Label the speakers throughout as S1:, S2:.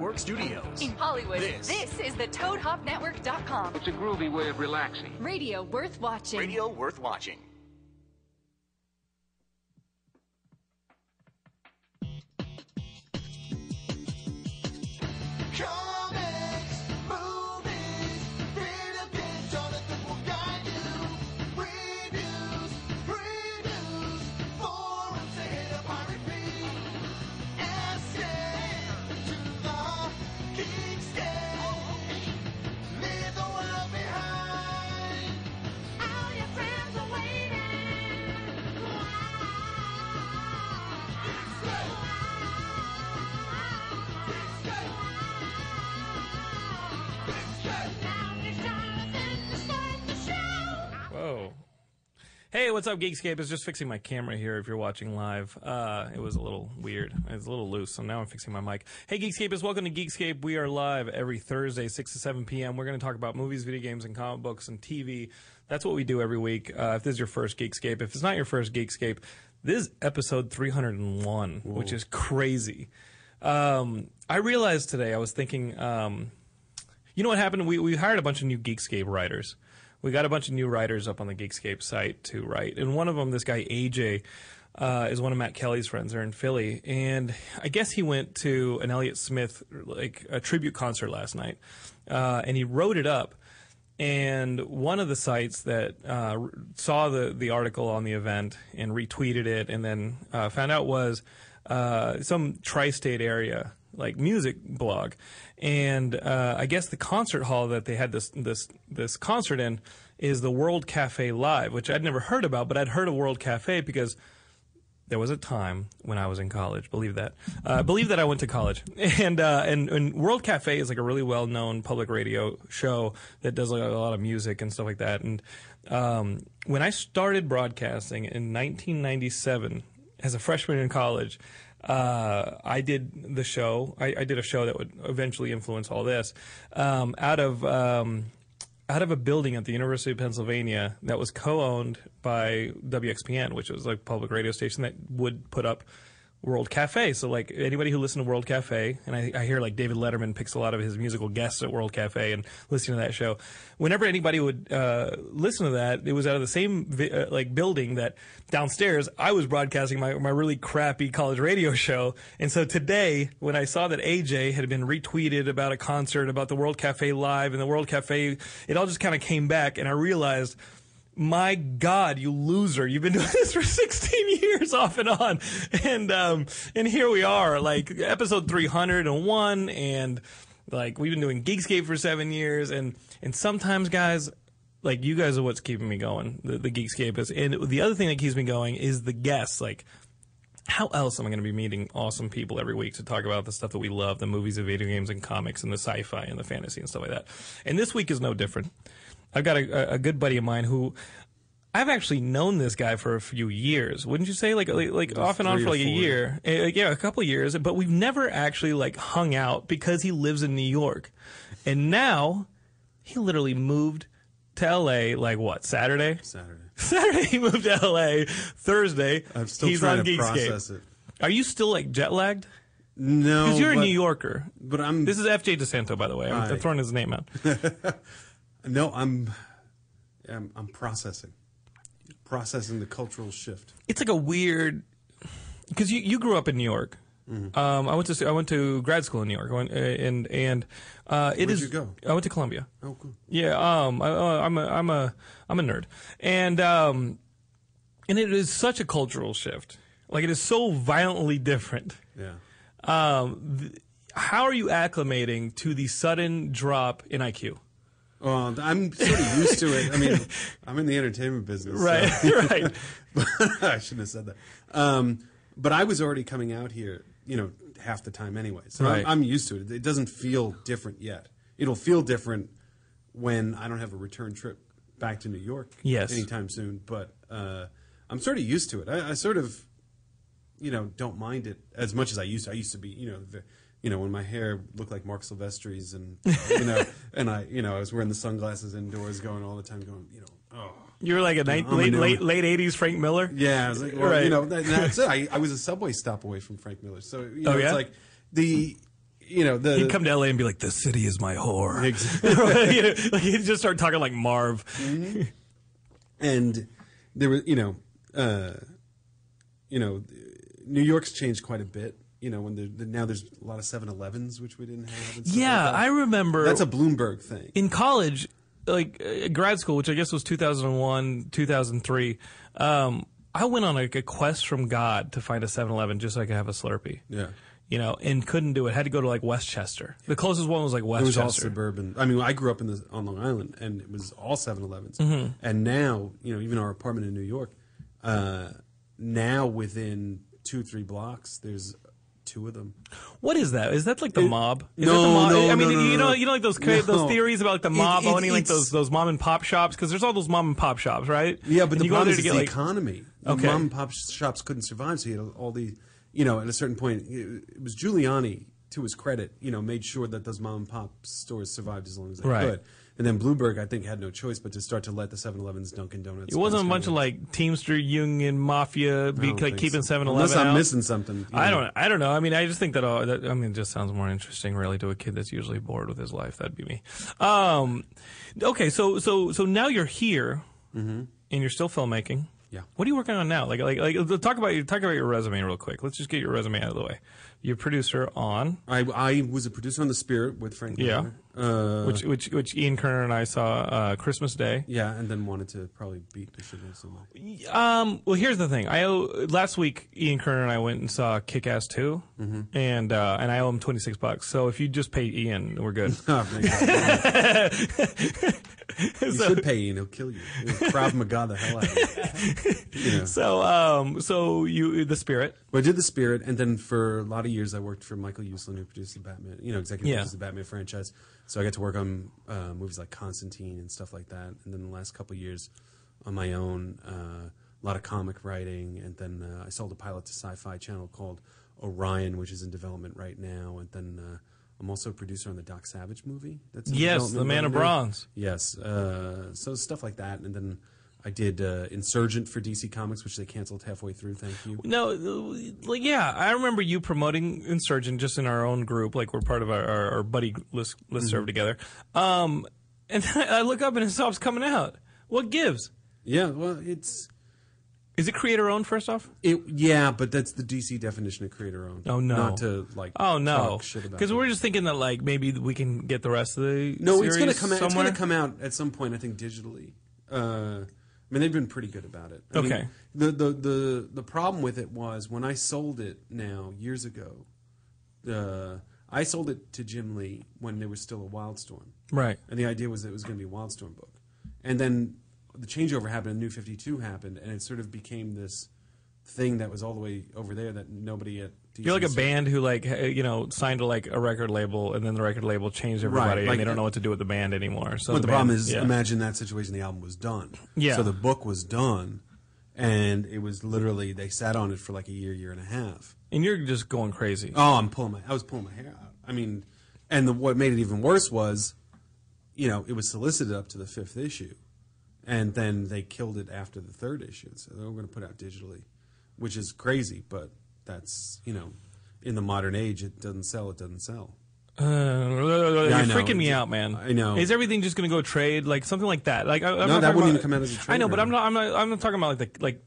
S1: Work Studios.
S2: In Hollywood,
S1: This.
S2: this, is the ToadHopNetwork.com.
S3: It's a groovy way of relaxing.
S2: Radio worth watching.
S1: Radio worth watching. Comics, movies, read a bit, Jonathan will guide you. Reviews, previews, forums to hit up on repeat. Escape to the Geekscape. Leave the world behind. All your friends are waiting. Geekscape. Geekscape. Geekscape.
S4: Whoa. Hey, what's up, Geekscape? I was just fixing my camera here if you're watching live. Uh, it was a little weird. It was a little loose, so now I'm fixing my mic. Hey, Geekscape, welcome to Geekscape. We are live every Thursday, 6 to 7 p.m. We're going to talk about movies, video games, and comic books and TV. That's what we do every week. Uh, if this is your first Geekscape, if it's not your first Geekscape, this is episode 301, which is crazy. Um, I realized today, I was thinking, um, you know what happened? We we hired a bunch of new Geekscape writers. We got a bunch of new writers up on the Geekscape site to write, and one of them, this guy AJ, uh, is one of Matt Kelly's friends. They're in Philly, and I guess he went to an Elliott Smith like a tribute concert last night, uh, and he wrote it up. And one of the sites that uh, r- saw the, the article on the event and retweeted it and then uh, found out was uh, some tri state area like music blog. And uh, I guess the concert hall that they had this, this, this concert in is the World Cafe Live, which I'd never heard about, but I'd heard of World Cafe because there was a time when I was in college. Believe that. Uh, believe that I went to college. And, uh, and and World Cafe is like a really well known public radio show that does like a lot of music and stuff like that. And um, when I started broadcasting in 1997 as a freshman in college, uh, I did the show. I, I did a show that would eventually influence all this um, out of. Um, out of a building at the University of Pennsylvania that was co-owned by WXPN, which was like a public radio station that would put up World Cafe. So like anybody who listened to World Cafe, and I, I hear like David Letterman picks a lot of his musical guests at World Cafe and listening to that show. Whenever anybody would uh, listen to that, it was out of the same vi- uh, like building that downstairs I was broadcasting my my really crappy college radio show. And so today, when I saw that AJ had been retweeted about a concert about the World Cafe Live and the World Cafe, it all just kind of came back, and I realized my God, you loser! You've been doing this for 16 years, off and on, and um, and here we are, like episode 301, and like we've been doing Geekscape for seven years, and and sometimes, guys, like you guys are what's keeping me going. The, the Geekscape is, and the other thing that keeps me going is the guests, like how else am I going to be meeting awesome people every week to talk about the stuff that we love, the movies and video games and comics and the sci-fi and the fantasy and stuff like that? And this week is no different. I've got a, a good buddy of mine who I've actually known this guy for a few years. Wouldn't you say like like, like off and on for like a year? Eh, like, yeah, a couple of years, but we've never actually like hung out because he lives in New York. And now he literally moved to LA like what, Saturday?
S5: Saturday.
S4: Saturday he moved to LA. Thursday
S5: I'm still
S4: he's
S5: trying
S4: on
S5: to
S4: Geekscape.
S5: process it.
S4: Are you still like jet lagged?
S5: No,
S4: Because you're a
S5: but-
S4: New Yorker.
S5: but I'm
S4: This is FJ DeSanto, by the way. I'm, I'm
S5: Right.
S4: throwing his name out.
S5: no, I'm, I'm, I'm processing, processing the cultural shift.
S4: It's like a weird because you you grew up in New York.
S5: Mm-hmm.
S4: Um, I went to I went to grad school in New York, I went, and and uh, it is-
S5: you go?
S4: I went to Columbia.
S5: Oh, cool.
S4: Yeah, um, I, uh, I'm a I'm a I'm a nerd, and um, and it is such a cultural shift. Like it is so violently different.
S5: Yeah.
S4: Um, th- how are you acclimating to the sudden drop in IQ?
S5: Well, I'm sort of used to it. I mean, I'm in the entertainment business, so-
S4: Right, right.
S5: I shouldn't have said that. Um, but I was already coming out here, you know, half the time anyway. So
S4: Right.
S5: I'm, I'm used to it. It doesn't feel different yet. It'll feel different when I don't have a return trip back to New York
S4: Yes.
S5: anytime soon. But uh, I'm sort of used to it. I, I sort of, you know, don't mind it as much as I used to. I used to be, you know, the, you know, when my hair looked like Mark Silvestri's and, you know, and I, you know, I was wearing the sunglasses indoors going all the time going, you know, oh.
S4: You were like a ni-
S5: I'm a
S4: late
S5: nerd.
S4: late late eighties Frank Miller.
S5: Yeah, I was like, well,
S4: Right.
S5: you know, that, that's it. I, I was a subway stop away from Frank Miller, so you know,
S4: Oh, yeah?
S5: it's like the, you know, the
S4: He'd come to LA and be like, "The city is my whore."
S5: Ex-
S4: you know, like he'd just start talking like Marv.
S5: and there was, you know, uh, you know, New York's changed quite a bit. You know, when the, the, now there's a lot of 7-Elevens, which we didn't have. and stuff
S4: Yeah,
S5: like that.
S4: I remember.
S5: that's a Bloomberg thing.
S4: in college, like uh, grad school, which I guess was 2001, 2003, um, I went on like a quest from God to find a 7-Eleven just so I could have a Slurpee.
S5: Yeah.
S4: You know, and couldn't do it. Had to go to like Westchester. The closest one was like
S5: It was
S4: Westchester.
S5: all suburban. I mean, I grew up in the, on Long Island, and it was all 7-Elevens.
S4: Mm-hmm.
S5: And now, you know, even our apartment in New York, uh, now within two or three blocks, there's two of them.
S4: What is that? Is that like the mob? Is
S5: no,
S4: that the mob?
S5: no,
S4: I mean,
S5: no, no,
S4: you know,
S5: no.
S4: you know, like those cra-
S5: No.
S4: those theories about like the
S5: It-
S4: mob
S5: it-
S4: owning like
S5: it's-
S4: those those mom and pop shops because there's all those mom and pop shops, right?
S5: Yeah, but
S4: And
S5: the
S4: you go out
S5: problem
S4: there
S5: is
S4: to
S5: it's
S4: get
S5: the
S4: like
S5: economy.
S4: Okay.
S5: The mom and pop shops couldn't survive, so you had all the, you know, at a certain point, it it was Giuliani, to his credit, you know, made sure that those mom and pop stores survived as long as they
S4: Right.
S5: could. And then Bloomberg, I think, had no choice but to start to let the 7-Elevens, Dunkin' Donuts.
S4: it wasn't a
S5: Baskin
S4: bunch of
S5: Robbins-
S4: like Teamster Union Mafia
S5: I
S4: be
S5: don't
S4: like
S5: think
S4: keeping
S5: so.
S4: 7-Eleven
S5: Unless I'm
S4: out.
S5: missing something. you
S4: I
S5: know.
S4: don't. I don't know. I mean, I just think that. All, that I mean, it just sounds more interesting, really, to a kid that's usually bored with his life. That'd be me. Um, okay, so so so now you're here, and you're still filmmaking.
S5: Yeah.
S4: What are you working on now? Like like like talk about your talk about your resume real quick. Let's just get your resume out of the way. Your producer on
S5: I, I was a producer on The Spirit with Frank
S4: Yeah.
S5: Miller. Uh,
S4: which which which Ian Kerner and I saw uh, Christmas Day.
S5: yeah, and then wanted to probably beat the shit out of someone.
S4: Um, well, here's the thing. I owe, last week Ian Kerner and I went and saw Kick Ass 2 and uh, and I owe him twenty six bucks. So if you just pay Ian, we're good.
S5: Oh, thank God. you
S4: So-
S5: should pay Ian. He'll kill you. He'll Krav Maga the hell out of you.
S4: So, um, so you the spirit,
S5: But I did the Spirit, and then for a lot of years I worked for Michael Uslan, who produced the Batman, you know, executive
S4: Yeah.
S5: produced the Batman franchise. So I got to work on uh, movies like Constantine and stuff like that. And then the last couple of years on my own, uh, a lot of comic writing. And then uh, I sold a pilot to Sci-Fi Channel called Orion, which is in development right now. And then uh, I'm also a producer on the Doc Savage movie. That's in
S4: Yes,
S5: development
S4: The Man
S5: right
S4: of
S5: now.
S4: Bronze.
S5: Yes. Uh, so stuff like that. And then. I did uh, Insurgent for DC Comics, which they canceled halfway through. Thank you.
S4: no, like yeah, I remember you promoting Insurgent just in our own group, like we're part of our, our, our buddy list list
S5: Mm-hmm.
S4: serve together. Um, and then I look up and his song's coming out. What gives?
S5: Yeah, well, it's
S4: Is it creator owned? First off,
S5: It yeah, but that's the DC definition of creator owned.
S4: Oh, no.
S5: not to like
S4: oh no,
S5: talk shit about
S4: because
S5: it.
S4: we're just thinking that like maybe we can get the rest of the
S5: no, it's gonna
S4: series
S5: come out. It's
S4: somewhere.
S5: gonna come out at some point. I think digitally. Uh, I mean, they've been pretty good about it. I mean,
S4: Okay.
S5: the, the the the problem with it was when I sold it now years ago. Uh, I sold it to Jim Lee when there was still a Wildstorm.
S4: right.
S5: And the idea was that it was going to be a Wildstorm book. And then the changeover happened, and New 52 happened, and it sort of became this thing that was all the way over there that nobody at DC
S4: You're like a band who like ha- you know signed to like a record label, and then the record label changed everybody,
S5: like-
S4: and they don't know what to do with the band anymore. So
S5: But the problem
S4: band-
S5: is,
S4: yeah.
S5: imagine that situation. The album was done.
S4: Yeah.
S5: So the book was done, and it was literally they sat on it for like a year, year and a half.
S4: And you're just going crazy.
S5: Oh, I'm pulling my. I was pulling my hair out. I mean, and the, what made it even worse was, you know, it was solicited up to the fifth issue, and then they killed it after the third issue. So they were going to put out digitally, which is crazy. But that's you know, in the modern age, it doesn't sell. It doesn't sell.
S4: Uh, you're
S5: I know.
S4: freaking me out, man.
S5: I know.
S4: Is everything just going to go trade like something like that? Like I, I'm
S5: No,
S4: not
S5: that
S4: talking
S5: wouldn't
S4: about-
S5: even come out as a trade
S4: I know, but
S5: right
S4: I'm
S5: now.
S4: not. I'm not. I'm not talking about like the like.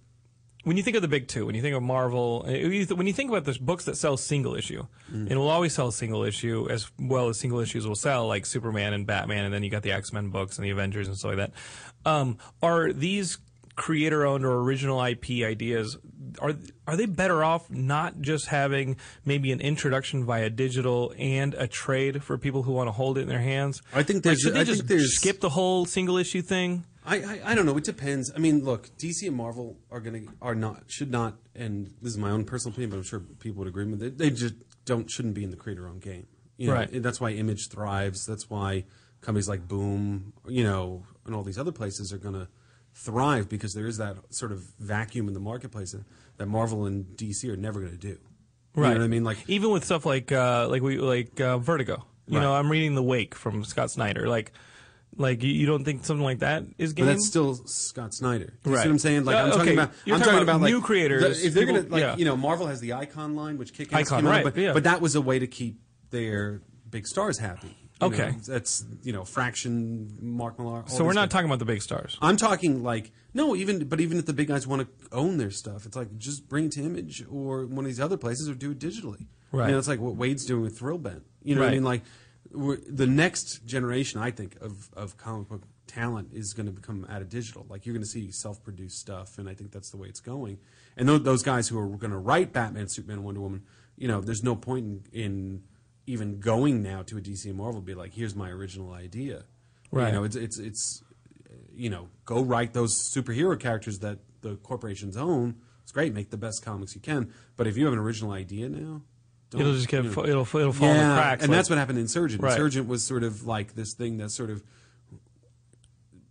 S4: when you think of the big two, when you think of Marvel, uh, when you th- when you think about the books that sell single issue,
S5: Mm.
S4: and will always sell single issue as well as single issues will sell, like Superman and Batman, and then you got the X Men books and the Avengers and stuff like that. Um, are these creator owned or original IP ideas are are they better off not just having maybe an introduction via digital and a trade for people who want to hold it in their hands?
S5: I think
S4: Like,
S5: there's-
S4: should they
S5: I
S4: just
S5: think there's-
S4: skip the whole single issue thing?
S5: I, I I don't know. It depends. I mean, look, DC and Marvel are gonna are not should not, and this is my own personal opinion, but I'm sure people would agree with it. They just don't shouldn't be in the creator-owned game. You know,
S4: Right.
S5: and that's why Image thrives. That's why companies like Boom, you know, and all these other places are gonna thrive because there is that sort of vacuum in the marketplace that, that Marvel and DC are never gonna do. You know what I mean? Like
S4: even with stuff like uh, like we like uh, Vertigo. You
S5: Right.
S4: know, I'm reading The Wake from Scott Snyder. Like, like you, you don't think something like that is game?
S5: But that's still Scott Snyder. You
S4: Right.
S5: see what I'm saying? Like
S4: Uh,
S5: I'm
S4: okay.
S5: talking about.
S4: You're
S5: I'm
S4: talking
S5: talking
S4: about
S5: about, like,
S4: new creators,
S5: the- if they're
S4: people-
S5: gonna, like,
S4: yeah.
S5: you know, Marvel has the icon line, which kick
S4: Icon, right,
S5: But,
S4: yeah.
S5: but that was a way to keep their big stars happy. you
S4: Okay.
S5: know? that's you know, fraction Mark Millar. all
S4: so we're
S5: these
S4: not
S5: guys.
S4: talking about the big stars.
S5: I'm talking like no, even but even if the big guys want to own their stuff, it's like just bring it to Image or one of these other places or do it digitally.
S4: Right.
S5: You know, it's like what Wade's doing with Thrill Bent. You know what
S4: Right.
S5: I mean? Like we're, the next generation, I think of of comic book talent is going to become out of digital. Like you're going to see self produced stuff, and I think that's the way it's going. And tho- those guys who are going to write Batman, Superman, Wonder Woman, you know, there's no point in, in even going now to a DC and Marvel. Be like, here's my original idea.
S4: Right.
S5: You know, it's it's it's you know, go write those superhero characters that the corporations own. It's great, make the best comics you can. But if you have an original idea now, don't,
S4: It'll just get
S5: you know-
S4: fa- it'll fa- it'll fall in the cracks.
S5: and
S4: like-
S5: that's what happened in Insurgent.
S4: Right.
S5: Insurgent was sort of like this thing that sort of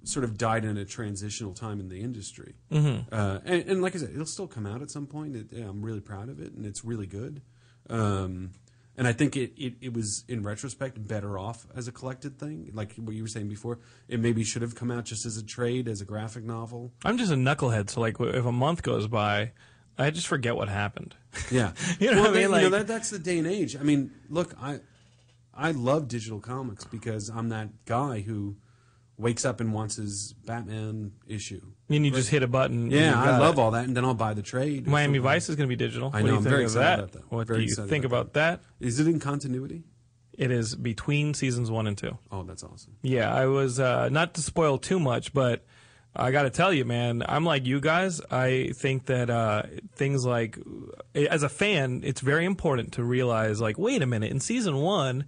S5: sort of died in a transitional time in the industry. Mm-hmm. Uh, and, and like I said, it'll still come out at some point. It, yeah, I'm really proud of it, and it's really good. Um, and I think it, it, it was, in retrospect, better off as a collected thing. Like what you were saying before, it maybe should have come out just as a trade, as a graphic novel.
S4: I'm just a knucklehead. So like, w- if a month goes by, I just forget what happened.
S5: Yeah,
S4: You know what I
S5: they-
S4: mean?
S5: you
S4: Like-
S5: know, that, that's the day and age. I mean, look, I I love digital comics because I'm that guy who wakes up and wants his Batman issue.
S4: And you just hit a button. and
S5: Yeah,
S4: you've
S5: I
S4: got
S5: love
S4: it.
S5: all that, and then I'll buy the trade. or
S4: Miami
S5: something.
S4: Vice is going to be digital. what
S5: I
S4: do
S5: know,
S4: you
S5: I'm
S4: think
S5: very
S4: of that?
S5: excited about that.
S4: What
S5: Very
S4: do you
S5: excited
S4: think
S5: about
S4: about that?
S5: Is it in continuity?
S4: It is between seasons one and two.
S5: Oh, that's awesome.
S4: Yeah, I was uh, not to spoil too much, but I got to tell you, man, I'm like you guys. I think that uh, things like, as a fan, it's very important to realize, like, wait a minute, in season one,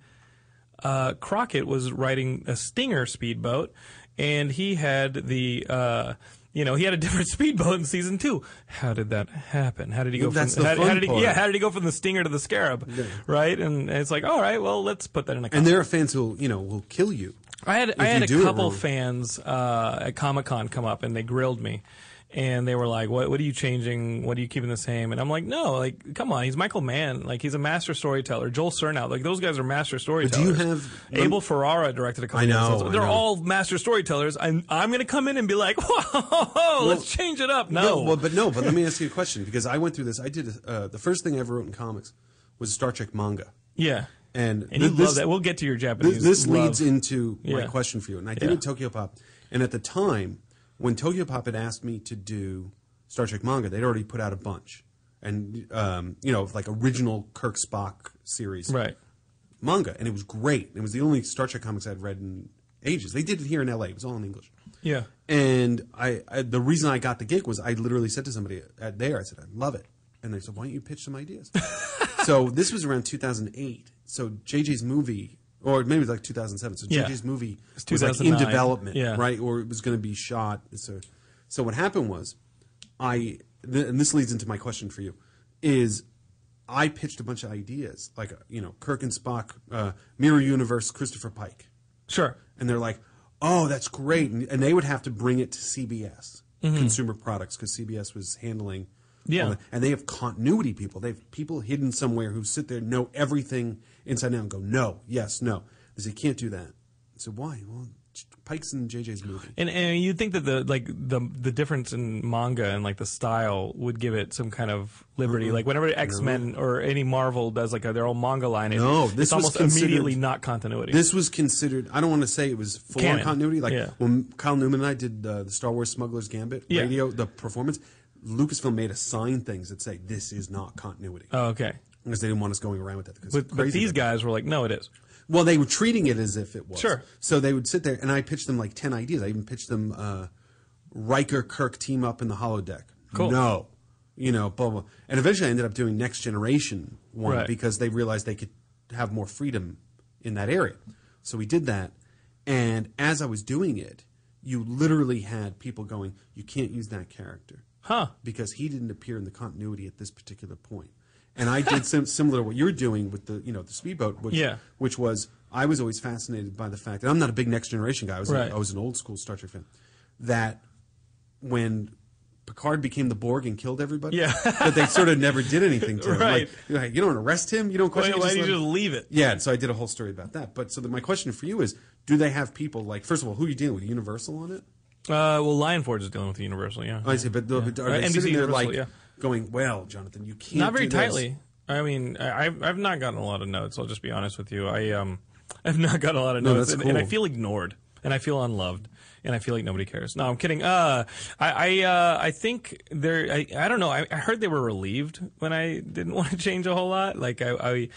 S4: uh, Crockett was riding a Stinger speedboat, and he had the. Uh, you know, he had a different speedboat in season two. How did that happen? How did he go
S5: Well, that's
S4: from
S5: the
S4: how, how
S5: fun
S4: did he,
S5: part.
S4: yeah, how did he go from the stinger to the scarab? Right? And it's like, all right, well, let's put that in a
S5: And there are fans who you know will kill you.
S4: I had I
S5: you
S4: had a
S5: do it
S4: couple
S5: wrong.
S4: fans uh, at Comic Con come up and they grilled me, and they were like, "What what are you changing? What are you keeping the same?" And I'm like, "No, like come on, he's Michael Mann, like he's a master storyteller. Joel Surnow, like those guys are master
S5: do you
S4: storytellers.
S5: have-
S4: Abel Ferrara directed a couple?
S5: I know,
S4: episodes.
S5: I
S4: they're
S5: know.
S4: all master storytellers. I'm I'm gonna come in and be like, "Whoa, let's change it up." No,
S5: well, but no. But let me ask you a question because I went through this. I did uh, the first thing I ever wrote in comics was Star Trek manga,
S4: yeah,
S5: and,
S4: and
S5: th-
S4: you
S5: this-
S4: love that. We'll get to your
S5: Th-
S4: Japanese.
S5: This,
S4: love.
S5: leads into my
S4: Yeah.
S5: question for you. And I did
S4: Yeah.
S5: it Tokyo Pop. And at the time, when Tokyo Pop had asked me to do Star Trek manga, they'd already put out a bunch. And, um, you know, like original Kirk Spock series
S4: right.
S5: manga. And it was great. It was the only Star Trek comics I'd read in ages. They did it here in LA, it was all in English.
S4: Yeah.
S5: And I, I the reason I got the gig was I literally said to somebody at there, I said, I love it. And they said, Why don't you pitch some ideas? so this was around 2008. So JJ's movie, or maybe it was like 2007. So
S4: Yeah.
S5: JJ's movie
S4: It's
S5: was like in
S4: 2009.
S5: development,
S4: Yeah.
S5: right? Or it was going to be shot. So, so what happened was, I, th- and this leads into my question for you, is I pitched a bunch of ideas, like, you know, Kirk and Spock, uh, Mirror Universe, Christopher Pike
S4: Sure.
S5: and they're like, "Oh, that's great," and, and they would have to bring it to CBS Consumer Products because CBS was handling.
S4: Mm-hmm. Yeah.
S5: all that. and they have continuity people. They have people hidden somewhere who sit there, know everything inside out, and go, "No, yes, no." They say, "Can't do that." I said, "Why?" Well, J- Pike's in JJ's movie.
S4: And and you'd think that the like the the difference in manga and like the style would give it some kind of liberty.
S5: Mm-hmm.
S4: Like whenever X Men or any Marvel does like their own manga line, it-
S5: No, this
S4: it's
S5: was
S4: almost
S5: considered-
S4: immediately not continuity.
S5: This was considered. I don't want to say it was full
S4: Canon.
S5: on continuity. Like
S4: Yeah.
S5: when Kyle Newman and I did uh, the Star Wars Smuggler's Gambit
S4: Yeah.
S5: radio, the performance. Lucasfilm made us sign things that say this is not continuity
S4: Oh, okay.
S5: because they didn't want us going around with that. Because
S4: But, but these guys were like, no, it is.
S5: well, they were treating it as if it was.
S4: Sure.
S5: So they would sit there, and I pitched them like ten ideas. I even pitched them uh, Riker Kirk team up in the holodeck.
S4: Cool.
S5: No, you know, blah blah. And eventually, I ended up doing Next Generation one
S4: Right.
S5: because they realized they could have more freedom in that area. So we did that, and as I was doing it, you literally had people going, "You can't use that character."
S4: Huh.
S5: because he didn't appear in the continuity at this particular point. And I did sim- similar to what you're doing with the you know the speedboat, which
S4: Yeah.
S5: which was I was always fascinated by the fact, and I'm not a big Next Generation guy. I was
S4: Right.
S5: a, I was an old school Star Trek fan. That when Picard became the Borg and killed everybody,
S4: Yeah.
S5: that they sort of never did anything to him.
S4: Right.
S5: Like, you're like, you don't arrest him, you don't
S4: Why,
S5: question. him,
S4: why did you
S5: let him-
S4: just leave it?
S5: yeah, and so I did a whole story about that. But so the, my question for you is, do they have people like first of all, who are you dealing with? Universal on it?
S4: Uh, well, Lionforge is dealing with the Universal, yeah.
S5: I see, but the, are
S4: Right,
S5: they
S4: NBC
S5: sitting there
S4: Universal,
S5: like
S4: yeah.
S5: going, "Well, Jonathan, you can't."
S4: not very
S5: do this."
S4: tightly. I mean, I, I've I've not gotten a lot of notes. I'll just be honest with you. I um, I've not gotten a lot of
S5: No,
S4: notes,
S5: that's
S4: and, and I
S5: cool.
S4: feel ignored, and I feel unloved, and I feel like nobody cares. No, I'm kidding. Uh, I I uh, I think they're. I, I don't know. I, I heard they were relieved when I didn't want to change a whole lot. Like I. I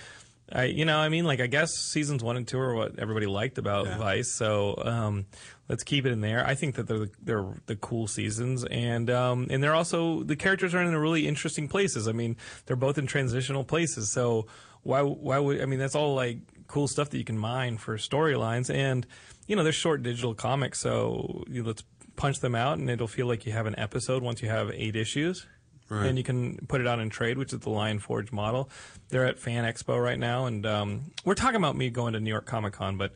S4: I, you know, I mean, like, I guess seasons one and two are what everybody liked about Vice, so um, let's keep it in there. I think that they're the, they're the cool seasons, and um, and they're also the characters are in really interesting places. I mean, they're both in transitional places, so why why would I mean that's all like cool stuff that you can mine for storylines, and you know they're short digital comics, so you know, let's punch them out, and it'll feel like you have an episode once you have eight issues.
S5: Right.
S4: And you can put it out in trade, which is the Lion Forge model. They're at Fan Expo right now, and um, we're talking about me going to New York Comic Con, but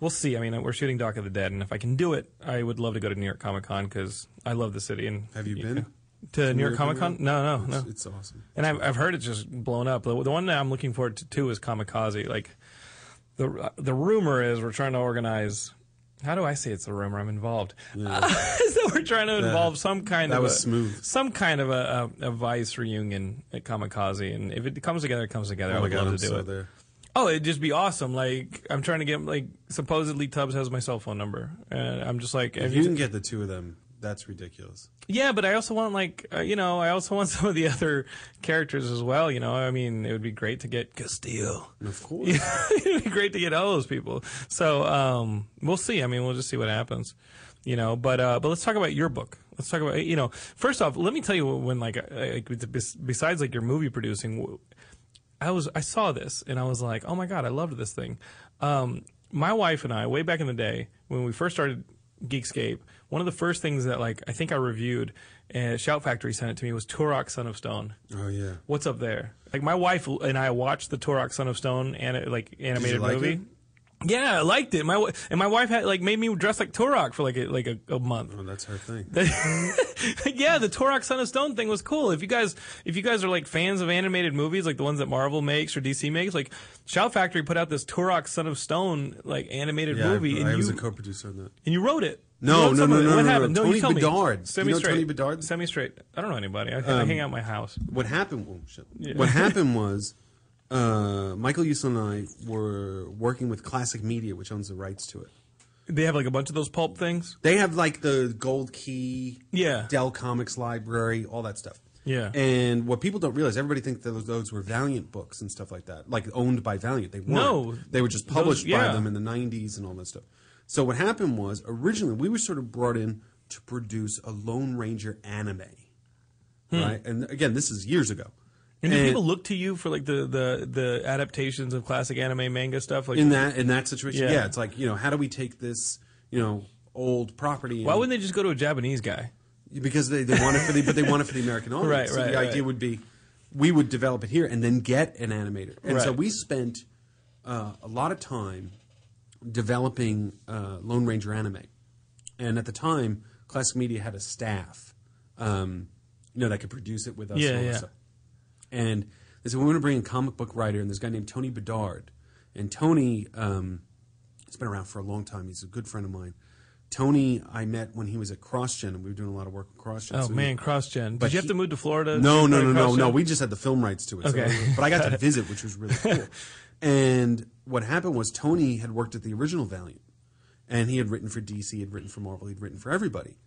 S4: we'll see. I mean, we're shooting Doc of the Dead, and if I can do it, I would love to go to New York Comic Con because I love the city. And
S5: Have you been
S4: to New York Comic Con? No, no, no.
S5: Oh, It's, it's awesome.
S4: And I've, I've heard it's just blown up. The, the one that I'm looking forward to too is Kamikaze. Like the the rumor is we're trying to organize. How do I say it's a rumor? I'm involved. is that we're trying to involve some kind
S5: that
S4: of
S5: was
S4: a,
S5: smooth.
S4: some kind of a, a, a vice reunion at Kamikaze, and if it comes together, it comes together. I
S5: Oh my
S4: would
S5: god,
S4: love
S5: I'm
S4: to do
S5: so
S4: it.
S5: there.
S4: Oh, it'd just be awesome. Like I'm trying to get like supposedly Tubbs has my cell phone number, and I'm just like, have
S5: If you can get the two of them, that's ridiculous.
S4: yeah, but I also want like uh, you know I also want some of the other characters as well. You know, I mean it would be great to get Castillo.
S5: And of course,
S4: it would be great to get all those people. So um, we'll see. I mean, we'll just see what happens. You know, but uh, but let's talk about your book. Let's talk about you know. First off, let me tell you when like, I- like bes- besides like your movie producing, w- I was I saw this and I was like, oh my god, I loved this thing. Um, my wife and I, way back in the day when we first started Geekscape, one of the first things that like I think I reviewed, uh, Shout Factory sent it to me was Turok Son of Stone.
S5: Oh, yeah.
S4: what's up there? Like my wife and I watched the Turok Son of Stone and like animated
S5: like
S4: movie.
S5: it?
S4: Yeah, I liked it. My wi- and my wife had like made me dress like Turok for like a, like a, a month.
S5: well, Oh, that's her thing.
S4: yeah, the Torok Son of Stone thing was cool. If you guys if you guys are like fans of animated movies, like the ones that Marvel makes or DC makes, like Shout Factory put out this Torok Son of Stone like animated
S5: yeah,
S4: movie,
S5: I, I
S4: and
S5: was
S4: you
S5: a co-producer on that.
S4: and you wrote it. You
S5: No,
S4: wrote
S5: no,
S4: some of
S5: no,
S4: it.
S5: no,
S4: What
S5: no, no,
S4: happened?
S5: no.
S4: you
S5: Tony
S4: tell me.
S5: Bedard. Do
S4: Send
S5: you
S4: me
S5: know
S4: straight.
S5: Tony Bedard?
S4: Send me straight. I don't know anybody. I, I
S5: Um,
S4: hang out at my house.
S5: What happened? Oh, shit. What happened was uh, Michael Usil and I were working with Classic Media, which owns the rights to it.
S4: They have like a bunch of those pulp things.
S5: They have like the Gold Key,
S4: Yeah.
S5: Dell Comics Library, all that stuff.
S4: Yeah.
S5: And what people don't realize, everybody thinks that those were Valiant books and stuff like that, like owned by Valiant. They weren't.
S4: No.
S5: They were just published
S4: Those- yeah.
S5: by them in the 90s and all that stuff. So what happened was, originally, we were sort of brought in to produce a Lone Ranger anime.
S4: Hmm.
S5: Right? And again, this is years ago.
S4: And, do
S5: And-
S4: people look to you for like the, the, the adaptations of classic anime manga stuff? Like
S5: in that in that situation,
S4: Yeah.
S5: yeah. it's like you know, how do we take this you know old property?
S4: why
S5: and-
S4: wouldn't they just go to a Japanese guy?
S5: because they, they want it for the but they want it for the American audience.
S4: Right,
S5: So
S4: right,
S5: the
S4: right.
S5: idea would be we would develop it here and then get an animator. And so
S4: Right.
S5: we spent uh, a lot of time developing uh, Lone Ranger anime. And at the time, Classic Media had a staff, um, you know, that could produce it with us.
S4: Yeah,
S5: and all that
S4: yeah.
S5: stuff. And they said we want to bring in a comic book writer, and this guy named Tony Bedard. And Tony. Um, he's been around for a long time. He's a good friend of mine. Tony, I met when he was at CrossGen, and we were doing a lot of work with CrossGen.
S4: Oh
S5: so
S4: man,
S5: he-
S4: cross gen. Did
S5: but
S4: you have
S5: he-
S4: to move to Florida?
S5: No,
S4: to
S5: no,
S4: play
S5: no, no,
S4: cross-gen?
S5: no. We just had the film rights to it. so-
S4: Okay.
S5: but I got to visit, which was really cool. And what happened was Tony had worked at the original Valiant, and he had written for DC, he had written for Marvel, he'd written for everybody.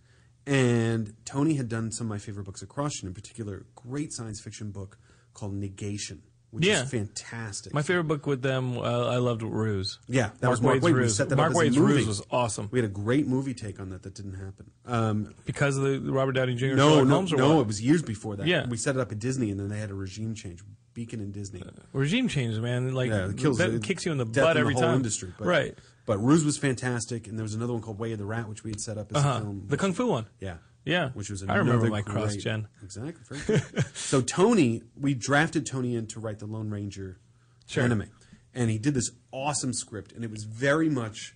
S5: And Tony had done some of my favorite books at Crossgen, in particular, a great science fiction book called Negation, which
S4: Yeah.
S5: is fantastic.
S4: My favorite book with them, uh, I loved Ruse.
S5: Yeah, that
S4: Mark
S5: was Mark
S4: Waid's
S5: Waid. We
S4: Ruse.
S5: set that
S4: Mark
S5: up as a
S4: Waid's
S5: movie.
S4: Ruse was awesome
S5: We had a great movie take on that that didn't happen. Um,
S4: because of the Robert Downey Jr.
S5: no,
S4: Sherlock
S5: no,
S4: Holmes or
S5: no.
S4: what?
S5: It was years before that.
S4: Yeah.
S5: we set it up at Disney, and then they had a regime change. Beacon and Disney.
S4: Uh, regime change, man. Like
S5: yeah, it kills.
S4: that
S5: it
S4: kicks you in the
S5: death
S4: butt every
S5: the whole
S4: time.
S5: Industry, but,
S4: right?
S5: But Ruse was fantastic, and there was another one called Way of the Rat, which we had set up as a film.
S4: Uh-huh. The Kung Fu one.
S5: Yeah.
S4: Yeah.
S5: Which was
S4: I
S5: another
S4: remember my
S5: great-
S4: cross gen.
S5: Exactly. Very good. so Tony, we drafted Tony in to write the Lone Ranger
S4: Sure.
S5: anime, and he did this awesome script, and it was very much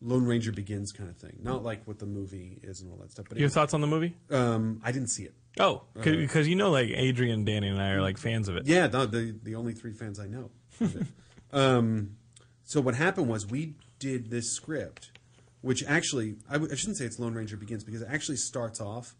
S5: Lone Ranger Begins kind of thing, not like what the movie is and all that stuff. But
S4: Your
S5: it,
S4: thoughts on the movie?
S5: um, I didn't see it.
S4: Oh,
S5: Uh,
S4: because you know, like Adrian, Danny, and I are like fans of it.
S5: Yeah, the the, the only three fans I know. um, so what happened was we did this script, which actually I w- I shouldn't say it's Lone Ranger Begins because it actually starts off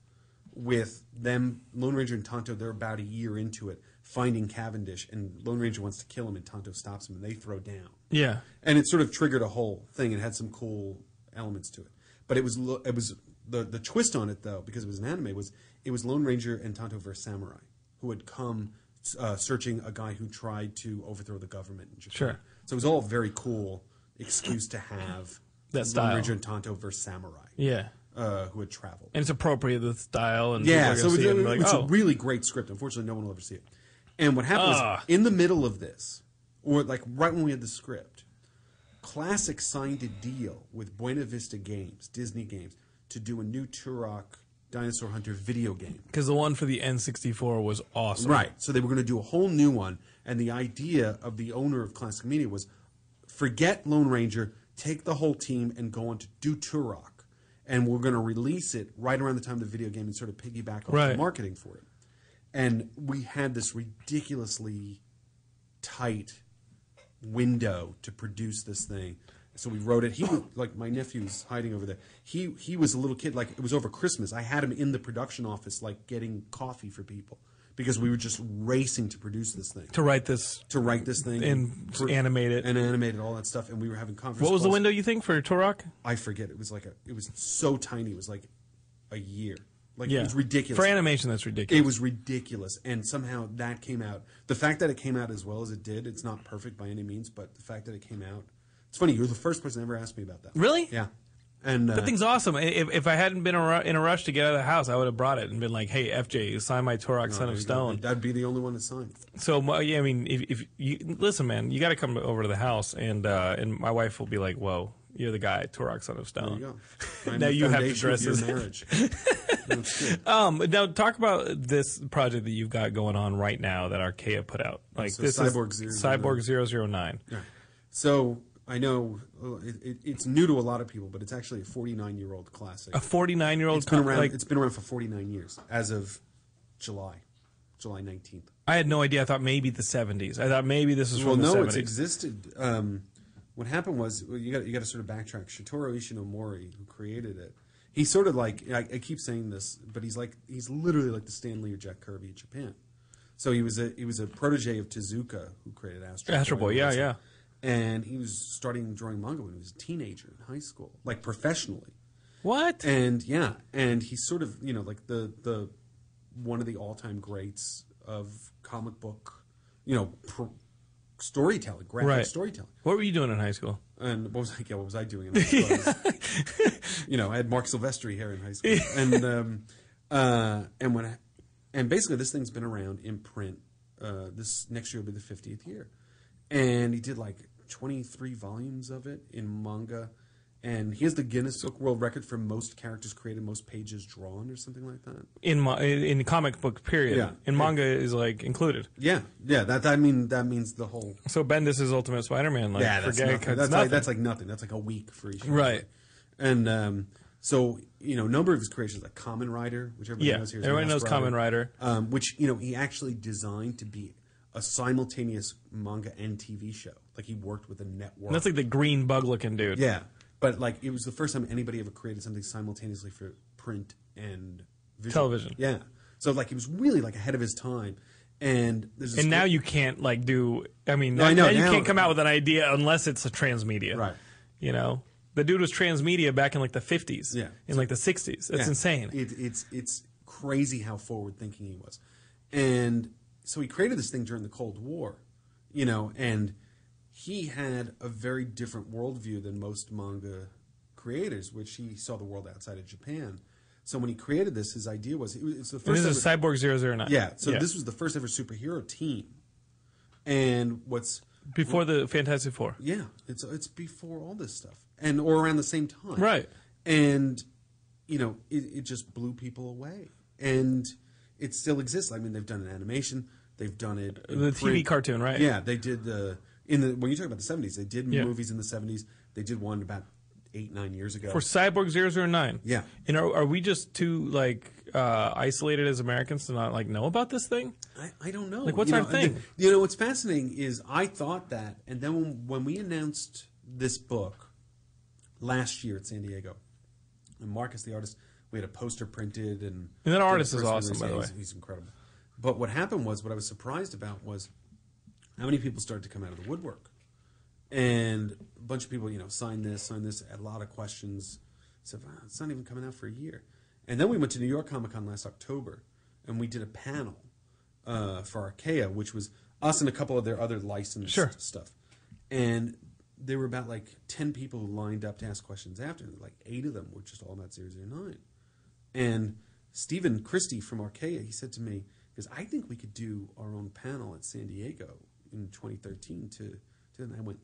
S5: with them Lone Ranger and Tonto. They're about a year into it, finding Cavendish, and Lone Ranger wants to kill him, and Tonto stops him, and they throw down.
S4: Yeah.
S5: And it sort of triggered a whole thing. It had some cool elements to it, but it was lo- it was the the twist on it though because it was an anime was it was Lone Ranger and Tonto versus Samurai who had come uh, searching a guy who tried to overthrow the government in Japan.
S4: Sure.
S5: So it was all very cool excuse to have
S4: That style.
S5: Lone Ranger and Tonto versus Samurai
S4: Yeah.
S5: uh, who had traveled.
S4: And it's appropriate the style and
S5: Yeah,
S4: people
S5: so
S4: are
S5: it's,
S4: gonna see it and be like,
S5: it's
S4: oh.
S5: a really great script. Unfortunately, no one will ever see it. And what happened
S4: Ugh.
S5: was in the middle of this, or like right when we had the script, Classic signed a deal with Buena Vista Games, Disney Games, to do a new Turok Dinosaur Hunter video game.
S4: Because the one for the N64 was awesome.
S5: Right. So they were going to do a whole new one, and the idea of the owner of Classic Media was forget Lone Ranger, take the whole team, and go on to do Turok, and we're going to release it right around the time of the video game and sort of piggyback off
S4: Right.
S5: the marketing for it. And we had this ridiculously tight window to produce this thing. So we wrote it. He was, like my nephew's hiding over there. He he was a little kid. Like it was over Christmas. I had him in the production office, like getting coffee for people because we were just racing to produce this thing,
S4: To write this.
S5: to write this thing
S4: And
S5: pr-
S4: animate it.
S5: and animate it, all that stuff. And we were having conference.
S4: What was the
S5: calls.
S4: window you think for Turok?
S5: I forget. It was like a. It was so tiny. It was like a year. Like
S4: Yeah.
S5: it was ridiculous.
S4: For animation, that's ridiculous.
S5: It was ridiculous, and somehow that came out. The fact that it came out as well as it did, it's not perfect by any means, but the fact that it came out, it's funny. You were the first person to ever asked me about that.
S4: Really?
S5: Yeah. And uh,
S4: That thing's awesome. I- If, if I hadn't been a ru- in a rush to get out of the house, I would have brought it and been like, "Hey, FJ, sign my
S5: Oh,
S4: Torok, Son of Stone."
S5: That'd be the only one to sign.
S4: So my, yeah, I mean, if, if you listen, man, you got to come over to the house, and uh, and my wife will be like, "Whoa, you're the guy, Torok, Son of Stone."
S5: There you go. I'm
S4: now
S5: the
S4: you have to
S5: foundation of
S4: dress
S5: your
S4: as
S5: marriage. That's good.
S4: Um, now talk about this project that you've got going on right now that Arkea put out. Like
S5: so
S4: this
S5: Cyborg
S4: is
S5: 009.
S4: Cyborg 009.
S5: So I know uh, it, it, it's new to a lot of people, but it's actually a 49 year old classic.
S4: A 49 year old.
S5: It's been around.
S4: Like
S5: it's been around for 49 years as of July, July 19th.
S4: I had no idea. I thought maybe the 70s. I thought maybe this was
S5: Well,
S4: from the
S5: no,
S4: 70s.
S5: it's existed. Um, what happened was well, you got you got to sort of backtrack. Shitoro Ishinomori, who created it, he sort of like I, I keep saying this, but he's like he's literally like the Stanley or Jack Kirby of Japan. So he was a he was a protege of Tezuka, who created Astro
S4: Astro Boy,
S5: and all that
S4: yeah,
S5: stuff. And he was starting drawing manga when he was a teenager in high school, like professionally.
S4: what?
S5: And yeah, and he's sort of you know like the the one of the all time greats of comic book, you know, pr- storytelling, graphic
S4: Right.
S5: storytelling.
S4: What were you doing in high school?
S5: And what was I? Yeah, what was I doing? In high school? I was- you know, I had Mark Silvestri hair in high school, and um, uh, and when I, and basically this thing's been around in print. Uh, this next year will be the fiftieth year, and he did like twenty three volumes of it in manga, and he has the Guinness Book World Record for most characters created, most pages drawn, or something like that.
S4: In mo- in in comic book period.
S5: Yeah.
S4: In manga is like included.
S5: Yeah, yeah. That I mean that means the whole
S4: So Bendis is Ultimate Spider-Man. Like,
S5: yeah, that's,
S4: forget
S5: nothing.
S4: it's
S5: that's
S4: nothing.
S5: like that's like nothing. That's like a week for each.
S4: Right.
S5: And um, so you know, a number of his creations, like Common Rider, which everybody
S4: Yeah,
S5: knows here. is
S4: everybody
S5: Masked
S4: knows Kamen Rider.
S5: um, which you know he actually designed to be a simultaneous manga and TV show. Like he worked with a network.
S4: That's like the green bug looking dude.
S5: yeah, but like it was the first time anybody ever created something simultaneously for print and visual.
S4: Television.
S5: Yeah. So like he was really like ahead of his time. And there's this
S4: And now
S5: great-
S4: you can't like do. I mean,
S5: I
S4: now
S5: know,
S4: you
S5: now-
S4: can't come out with an idea unless it's a transmedia.
S5: Right.
S4: You know. The dude was transmedia back in like the 50s.
S5: Yeah.
S4: In like the 60s. It's
S5: Yeah.
S4: insane.
S5: It, it's it's crazy how forward thinking he was, and so he created this thing during the Cold War, you know, and he had a very different worldview than most manga creators, which he saw the world outside of Japan. So when he created this, his idea was it was it's the
S4: And
S5: first.
S4: this is
S5: ever-
S4: Cyborg 009.
S5: yeah, so this was the first ever superhero team, and what's
S4: Before the Fantastic Four.
S5: yeah, it's it's before all this stuff, and or around the same time,
S4: Right.
S5: And you know, it, it just blew people away, and it still exists. I mean, they've done an animation, they've done it in
S4: The TV cartoon, right?
S5: Uh, Yeah, they did the in the when you talk about the seventies, they did
S4: Yeah.
S5: movies in the seventies. They did one about eight nine years ago.
S4: For Cyborg 009.
S5: Yeah.
S4: And are, are we just too like uh, isolated as Americans to not like know about this thing?
S5: I, I don't know.
S4: Like, what's
S5: you
S4: our
S5: know, and
S4: thing?
S5: then- you know, what's fascinating is I thought that, and then when, when we announced this book last year at San Diego, and Marcus the artist, we had a poster printed, and
S4: And that
S5: did
S4: artist
S5: the
S4: is
S5: press
S4: awesome,
S5: release.
S4: by the
S5: Yeah, he's-
S4: way.
S5: He's incredible. But what happened was, what I was surprised about was how many people started to come out of the woodwork, and a bunch of people, you know, signed this, signed this, a lot of questions. Said "Ah, it's not even coming out for a year, and then we went to New York Comic Con last October, and we did a panel uh, for Arkea, which was us and a couple of their other licensed
S4: Sure.
S5: stuff. And there were about like 10 people who lined up to ask questions after. and Like eight of them were just all about 009. And Stephen Christie from Arkea, he said to me, because I think we could do our own panel at San Diego in 2013 to, to and I went,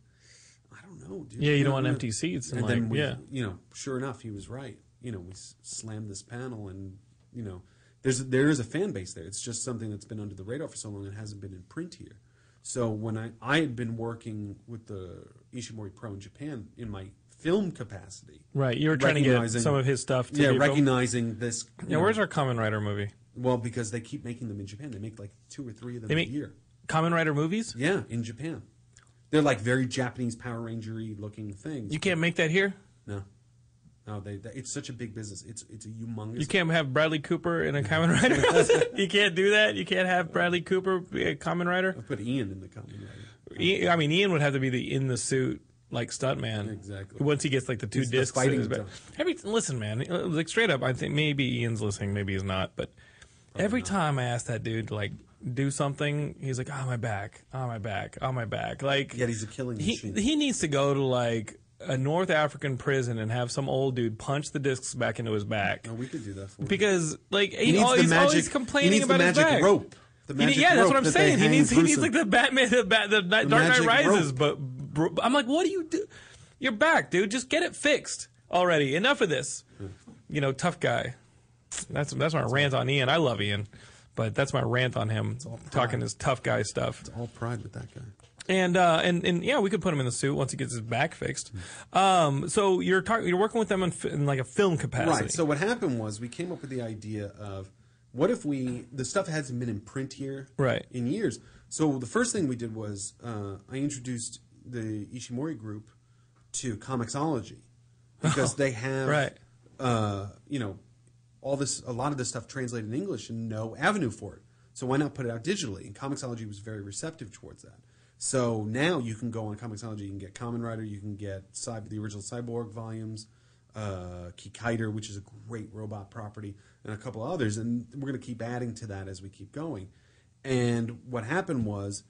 S5: I don't know, dude.
S4: Yeah, you don't
S5: I
S4: want
S5: know."
S4: empty seats and,
S5: then
S4: like,
S5: we,
S4: yeah.
S5: you know, sure enough, he was right. You know, we s- slammed this panel, and you know, there's there is a fan base there. It's just something that's been under the radar for so long and hasn't been in print here. So when I I had been working with the Ishimori Pro in Japan in my film capacity,
S4: Right, you were trying to get
S5: recognizing-
S4: some of his stuff to
S5: yeah,
S4: be a film-
S5: recognizing this. you
S4: Yeah,
S5: know,
S4: where's our Common Rider movie?
S5: well because they keep making them in Japan. They make like two or three of them
S4: They make
S5: a year.
S4: Common Rider movies?
S5: Yeah, in Japan, they're like very Japanese Power Rangery looking things.
S4: You can't make that here?
S5: No. No, they, they, it's such a big business. It's it's a humongous.
S4: You can't have Bradley Cooper in a Common Rider. you can't do that. You can't have Bradley Cooper be a Common Rider.
S5: put Ian in the company. Right?
S4: I I mean, Ian would have to be the in the suit like stuntman.
S5: Exactly.
S4: Once he gets like the two
S5: He's the
S4: discs. in
S5: fighting
S4: his back.
S5: dog.
S4: Every listen, man. uh, Like straight up, I think maybe Ian's listening. Maybe he's not. But
S5: Oh,
S4: every time I ask that dude to like do something, he's like, "On my back, on my back, on my back." Like,
S5: Yet he's a killing
S4: he
S5: machine.
S4: he needs to go to like a North African prison and have some old dude punch the discs back into his back.
S5: No, we could do that for him.
S4: Because like he
S5: He needs
S4: always,
S5: the magic.
S4: always complaining
S5: he needs
S4: about
S5: the
S4: his
S5: magic
S4: back.
S5: rope. The
S4: He need-
S5: magic
S4: yeah, that's
S5: rope
S4: what I'm
S5: that they
S4: saying. He
S5: hang
S4: needs he needs
S5: gruesome.
S4: like the Batman, the, Bat, the, Ni- Dark Knight
S5: magic
S4: Rises.
S5: rope.
S4: But bro, I'm like, what do you do? You're back, dude. Just get it fixed already. Enough of this. You know, tough guy. That's that's my rant on Ian. I love Ian, but that's my rant on him talking his tough guy stuff.
S5: all pride with that guy.
S4: And uh, and and yeah, we could put him in the suit once he gets his back fixed. Um, so you're talking, you're working with them in, fi- in like a film capacity.
S5: Right. So what happened was we came up with the idea of what if we the stuff hasn't been in print here
S4: Right.
S5: in years. So the first thing we did was uh, I introduced the Ishimori group to Comixology because they have
S4: right.
S5: uh, you know all this a lot of this stuff translated in English and no avenue for it. So why not put it out digitally? And Comixology was very receptive towards that. So now you can go on Comixology, you can get Common Rider, you can get Cy- the original Cyborg volumes, uh, Kikiter, which is a great robot property, and a couple others. And we're going to keep adding to that as we keep going. And what happened was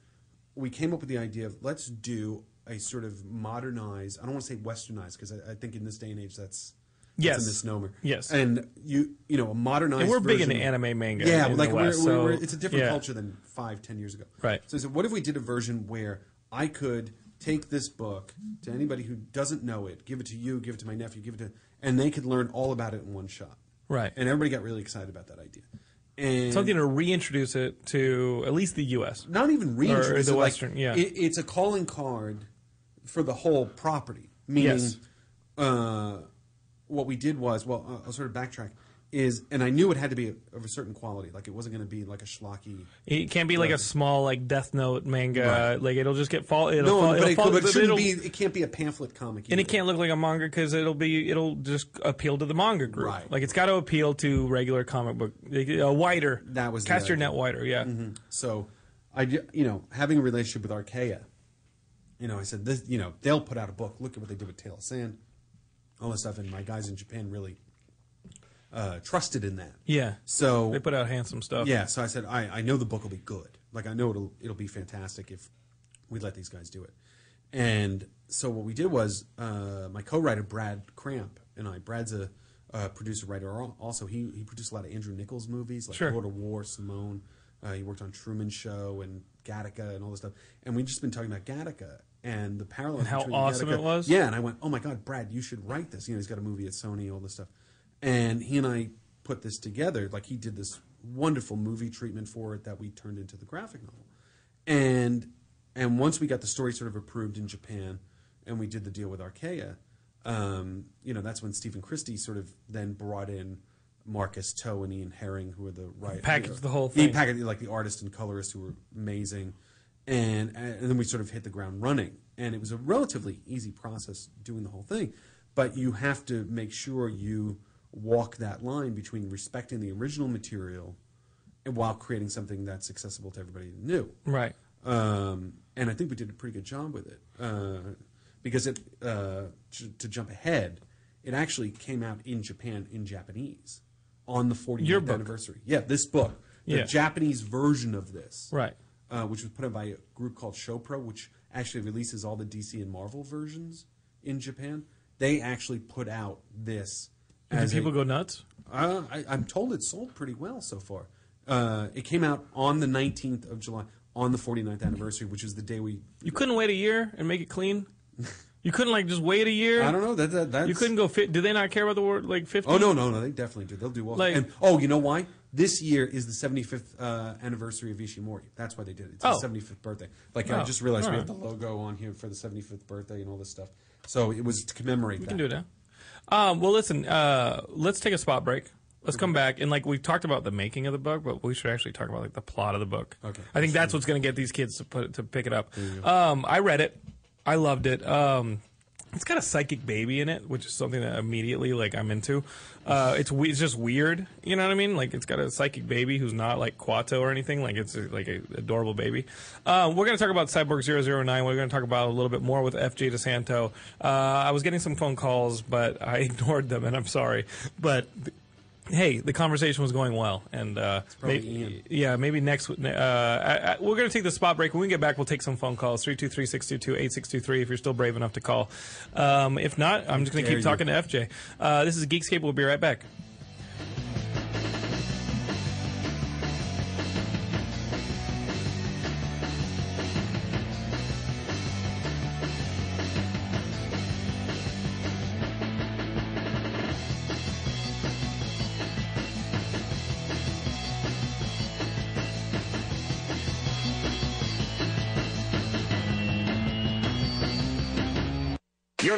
S5: we came up with the idea of let's do a sort of modernized, I don't want to say westernized, because I, I think in this day and age that's, that's
S4: Yes.
S5: a misnomer.
S4: Yes.
S5: And you, you know, a modernized
S4: And we're big
S5: version-
S4: into anime manga
S5: Yeah,
S4: in the
S5: like we're,
S4: West,
S5: we're, we're-
S4: so-
S5: it's a different
S4: yeah.
S5: culture than five, ten years ago.
S4: Right.
S5: So I said, what if we did a version where I could take this book to anybody who doesn't know it, give it to you, give it to my nephew, give it to, and they could learn all about it in one shot.
S4: Right.
S5: And everybody got really excited about that idea. And
S4: something to reintroduce it to at least the U.S.
S5: not even reintroduce
S4: the
S5: it, like,
S4: Western, yeah.
S5: it- it's a calling card for the whole property. Meaning,
S4: Yes.
S5: uh, what we did was, well, I'll- I'll sort of backtrack. Is and I knew it had to be of a certain quality. Like it wasn't going to be like a schlocky.
S4: It can't be like a small like Death Note manga.
S5: Right.
S4: Like it'll just get fall. It'll
S5: No,
S4: fall,
S5: but
S4: it'll
S5: it,
S4: fall,
S5: but it
S4: it'll-
S5: shouldn't be. It can't be a pamphlet comic.
S4: And it
S5: either.
S4: can't look like a manga because it'll be it'll just appeal to the manga group.
S5: Right.
S4: Like it's got to appeal to regular comic book, like, a wider.
S5: That was the
S4: cast your
S5: idea. Mm-hmm.
S4: net wider. Yeah.
S5: So, I ju- you know having a relationship with Arkea, you know I said this. You know they'll put out a book. Look at what they did with Tail of Sand. all this stuff. And my guys in Japan really uh, trusted in that.
S4: Yeah.
S5: So
S4: They put out handsome stuff.
S5: yeah, so I said I, I know the book will be good. Like I know it'll it'll be fantastic if we let these guys do it. And so what we did was uh, my co-writer Brad Cramp and I. Brad's a, uh producer writer al- also. He he produced a lot of Andrew Nichols movies like
S4: Sure.
S5: Lord of War, Simone. Uh, he worked on Truman Show and Gattaca and all this stuff. And we've just been talking about Gattaca and the parallel
S4: how
S5: between
S4: awesome
S5: Gattaca-
S4: it was?
S5: Yeah, and I went, oh my god, Brad, you should write this. You know, he's got a movie at Sony, all this stuff. And he and I put this together. Like he did this wonderful movie treatment for it that we turned into the graphic novel. And and once we got the story sort of approved in Japan, and we did the deal with Arkea, um, you know, that's when Stephen Christie sort of then brought in Marcus Toe and Ian Herring, who are the right
S4: Packaged the whole
S5: He
S4: thing.
S5: packaged like the artist and colorist who were amazing, and and then we sort of hit the ground running. And it was a relatively easy process doing the whole thing, but you have to make sure you walk that line between respecting the original material and while creating something that's accessible to everybody new.
S4: Right.
S5: Um, and I think we did a pretty good job with it uh, because it uh, to, to jump ahead, it actually came out in Japan in Japanese on the 49th
S4: Your book.
S5: anniversary. Yeah, this book, the
S4: Yeah.
S5: Japanese version of this,
S4: Right.
S5: Uh, which was put out by a group called Shopro, which actually releases all the DC and Marvel versions in Japan. They actually put out this.
S4: Did
S5: a-
S4: people go nuts?
S5: uh, I, I'm told it sold pretty well so far. Uh, it came out on the 19th of July, on the 49th anniversary, which is the day we.
S4: You couldn't wait a year and make it clean? You couldn't like just wait a year?
S5: I don't know that that that's,
S4: You couldn't go fit. Do they not care about the word like 50?
S5: Oh no no no! They definitely do. They'll do well.
S4: Like-
S5: and oh, you know why? This year is the 75th uh, anniversary of Ishimori. That's why they did it. It's
S4: Oh.
S5: his 75th birthday. Like I
S4: Oh,
S5: just realized we
S4: all
S5: have the
S4: right.
S5: logo on here for the 75th birthday and all this stuff. So it was to commemorate.
S4: You can do it now. Um, well, listen, uh, let's take a spot break. Let's come back and like we've talked about the making of the book, but we should actually talk about like the plot of the book.
S5: Okay.
S4: I think that's what's going to get these kids to put to pick it up. Um, I read it. I loved it. Um, it's got a psychic baby in it, which is something that immediately like I'm into. Uh, it's we- it's just weird, you know what I mean? Like it's got a psychic baby who's not like Quato or anything. Like it's uh, like a adorable baby. Uh, we're gonna talk about Cyborg 009. We're gonna talk about a little bit more with FJ DeSanto. Uh, I was getting some phone calls, but I ignored them, and I'm sorry. But hey, the conversation was going well, and uh,
S5: probably
S4: may-
S5: Ian.
S4: yeah, maybe next. Uh, I, I, we're going to take the spot break. When we get back, we'll take some phone calls 323 622 8623 if you're still brave enough to call. Um, if not, I'm just going to keep
S5: Dare you.
S4: talking to FJ. Uh, this is Geekscape. We'll be right back.
S3: You're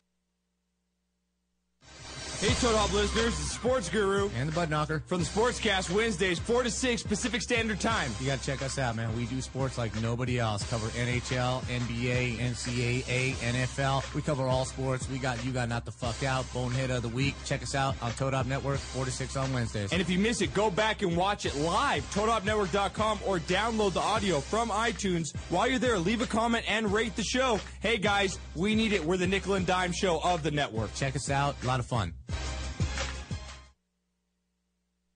S6: Hey, Toad Hop listeners, the sports guru
S3: And the Bud Knocker.
S6: from the Sportscast Wednesdays, 4 to 6 Pacific Standard Time.
S3: You gotta check us out, man. We do sports like nobody else. Cover NHL, NBA, NCAA, NFL. We cover all sports. We got You Got Not the Fuck Out, Bonehead of the Week. Check us out on Toad Hop Network, 4 to 6 on Wednesdays.
S6: And if you miss it, go back and watch it live, toadhopnetwork.com, or download the audio from iTunes. While you're there, leave a comment and rate the show. Hey, guys, we need it. We're the nickel and dime show of the network.
S3: check us out. A lot of fun.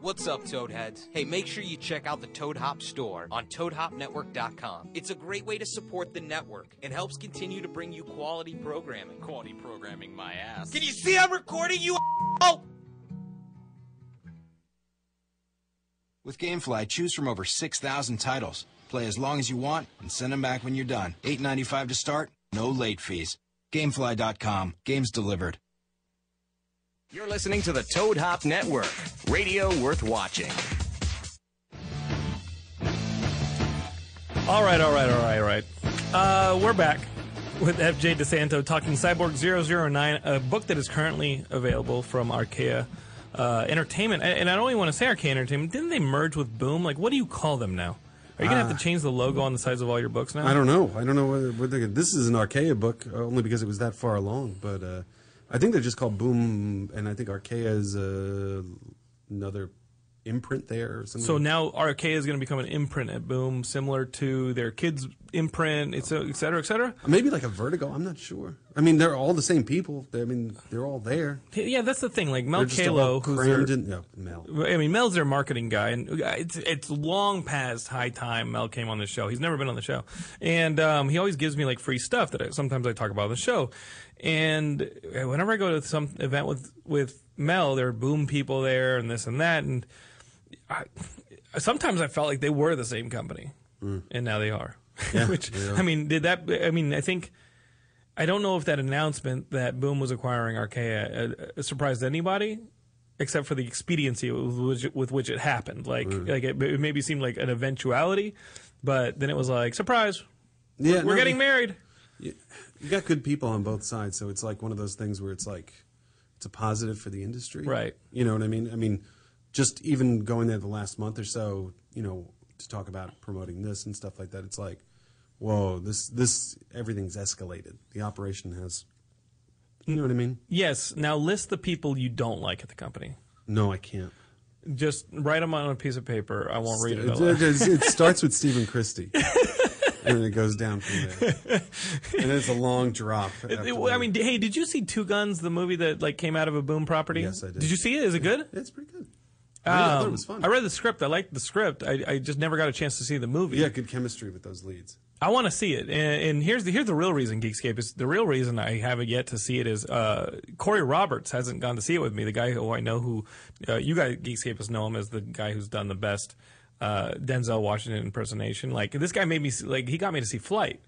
S7: What's up, Toadheads? Hey, make sure you check out the Toad Hop store on ToadHopNetwork.com. It's a great way to support the network and helps continue to bring you quality programming. Quality programming, my ass. Can you see I'm recording you? Oh!
S8: With GameFly, choose from over 6,000 titles. Play as long as you want and send them back when you're done. $8.95 to start, no late fees. GameFly.com, games delivered.
S7: You're listening to the Toad Hop Network, radio worth watching.
S4: All right, all right, all right, all right. Uh, we're back with FJ DeSanto talking Cyborg 009, a book that is currently available from Arkea uh, Entertainment. And and I don't even want to say Arkea Entertainment. Didn't they merge with Boom? Like, what do you call them now? Are you going to have
S5: Ah.
S4: to change the logo on the sides of all your books now?
S5: I don't know. I don't know whether, whether this is an Arkea book uh, only because it was that far along. But uh, I think they're just called Boom, and I think Arkea is uh, another imprint there or something.
S4: So now Arkea is going to become an imprint at Boom, similar to their kids' imprint, et cetera, et cetera, et cetera.
S5: maybe like a Vertigo. I'm not sure. I mean, they're all the same people. They- I mean, they're all there.
S4: Yeah, that's the thing. Like Mel
S5: They're just
S4: Kalo,
S5: all
S4: who's their-
S5: crammed in- no, Mel.
S4: I mean, Mel's their marketing guy, and uh, it's it's long past high time Mel came on the show. He's never been on the show, and um, he always gives me like free stuff that I, sometimes I talk about on the show. And uh, whenever I go to some event with with Mel, there are boom people there and this and that, and I, sometimes I felt like they were the same company, and now they are. Which I mean, did that? I mean, I think. I don't know if that announcement that Boom was acquiring Arkea uh, uh, surprised anybody, except for the expediency with which, with which it happened. Like,
S5: Mm.
S4: like it, it maybe seemed like an eventuality, but then it was like surprise.
S5: Yeah,
S4: we're
S5: no,
S4: getting
S5: it-
S4: married.
S5: You, you got good people on both sides, so it's like one of those things where it's like it's a positive for the industry,
S4: Right.
S5: You know what I mean? I mean, just even going there the last month or so, you know, to talk about promoting this and stuff like that, it's like, whoa, this this everything's escalated. The operation has, you know what I mean?
S4: Yes. Now list the people you don't like at the company.
S5: No, I can't.
S4: Just write them on a piece of paper. I won't read it.
S5: It,
S4: out loud.
S5: it- it- it starts with Stephen Christie, and then it goes down from there, and it's a long drop.
S4: It-
S5: after
S4: well, I mean, d- hey, did you see Two Guns, the movie that like came out of a Boom property? Yes, I did. Did you see it? Is it good?
S5: It's pretty good.
S4: Um,
S5: I thought it was fun.
S4: I read the script. I liked the script. I, I just never got a chance to see the movie.
S5: Yeah, good chemistry with those leads.
S4: I want to see it, and, and here's the here's the real reason. Geekscape is the real reason I haven't yet to see it is uh, Corey Roberts hasn't gone to see it with me. The guy who I know who uh, you guys Geekscapists know him as the guy who's done the best uh, Denzel Washington impersonation. Like this guy made me see, like he got me to see Flight,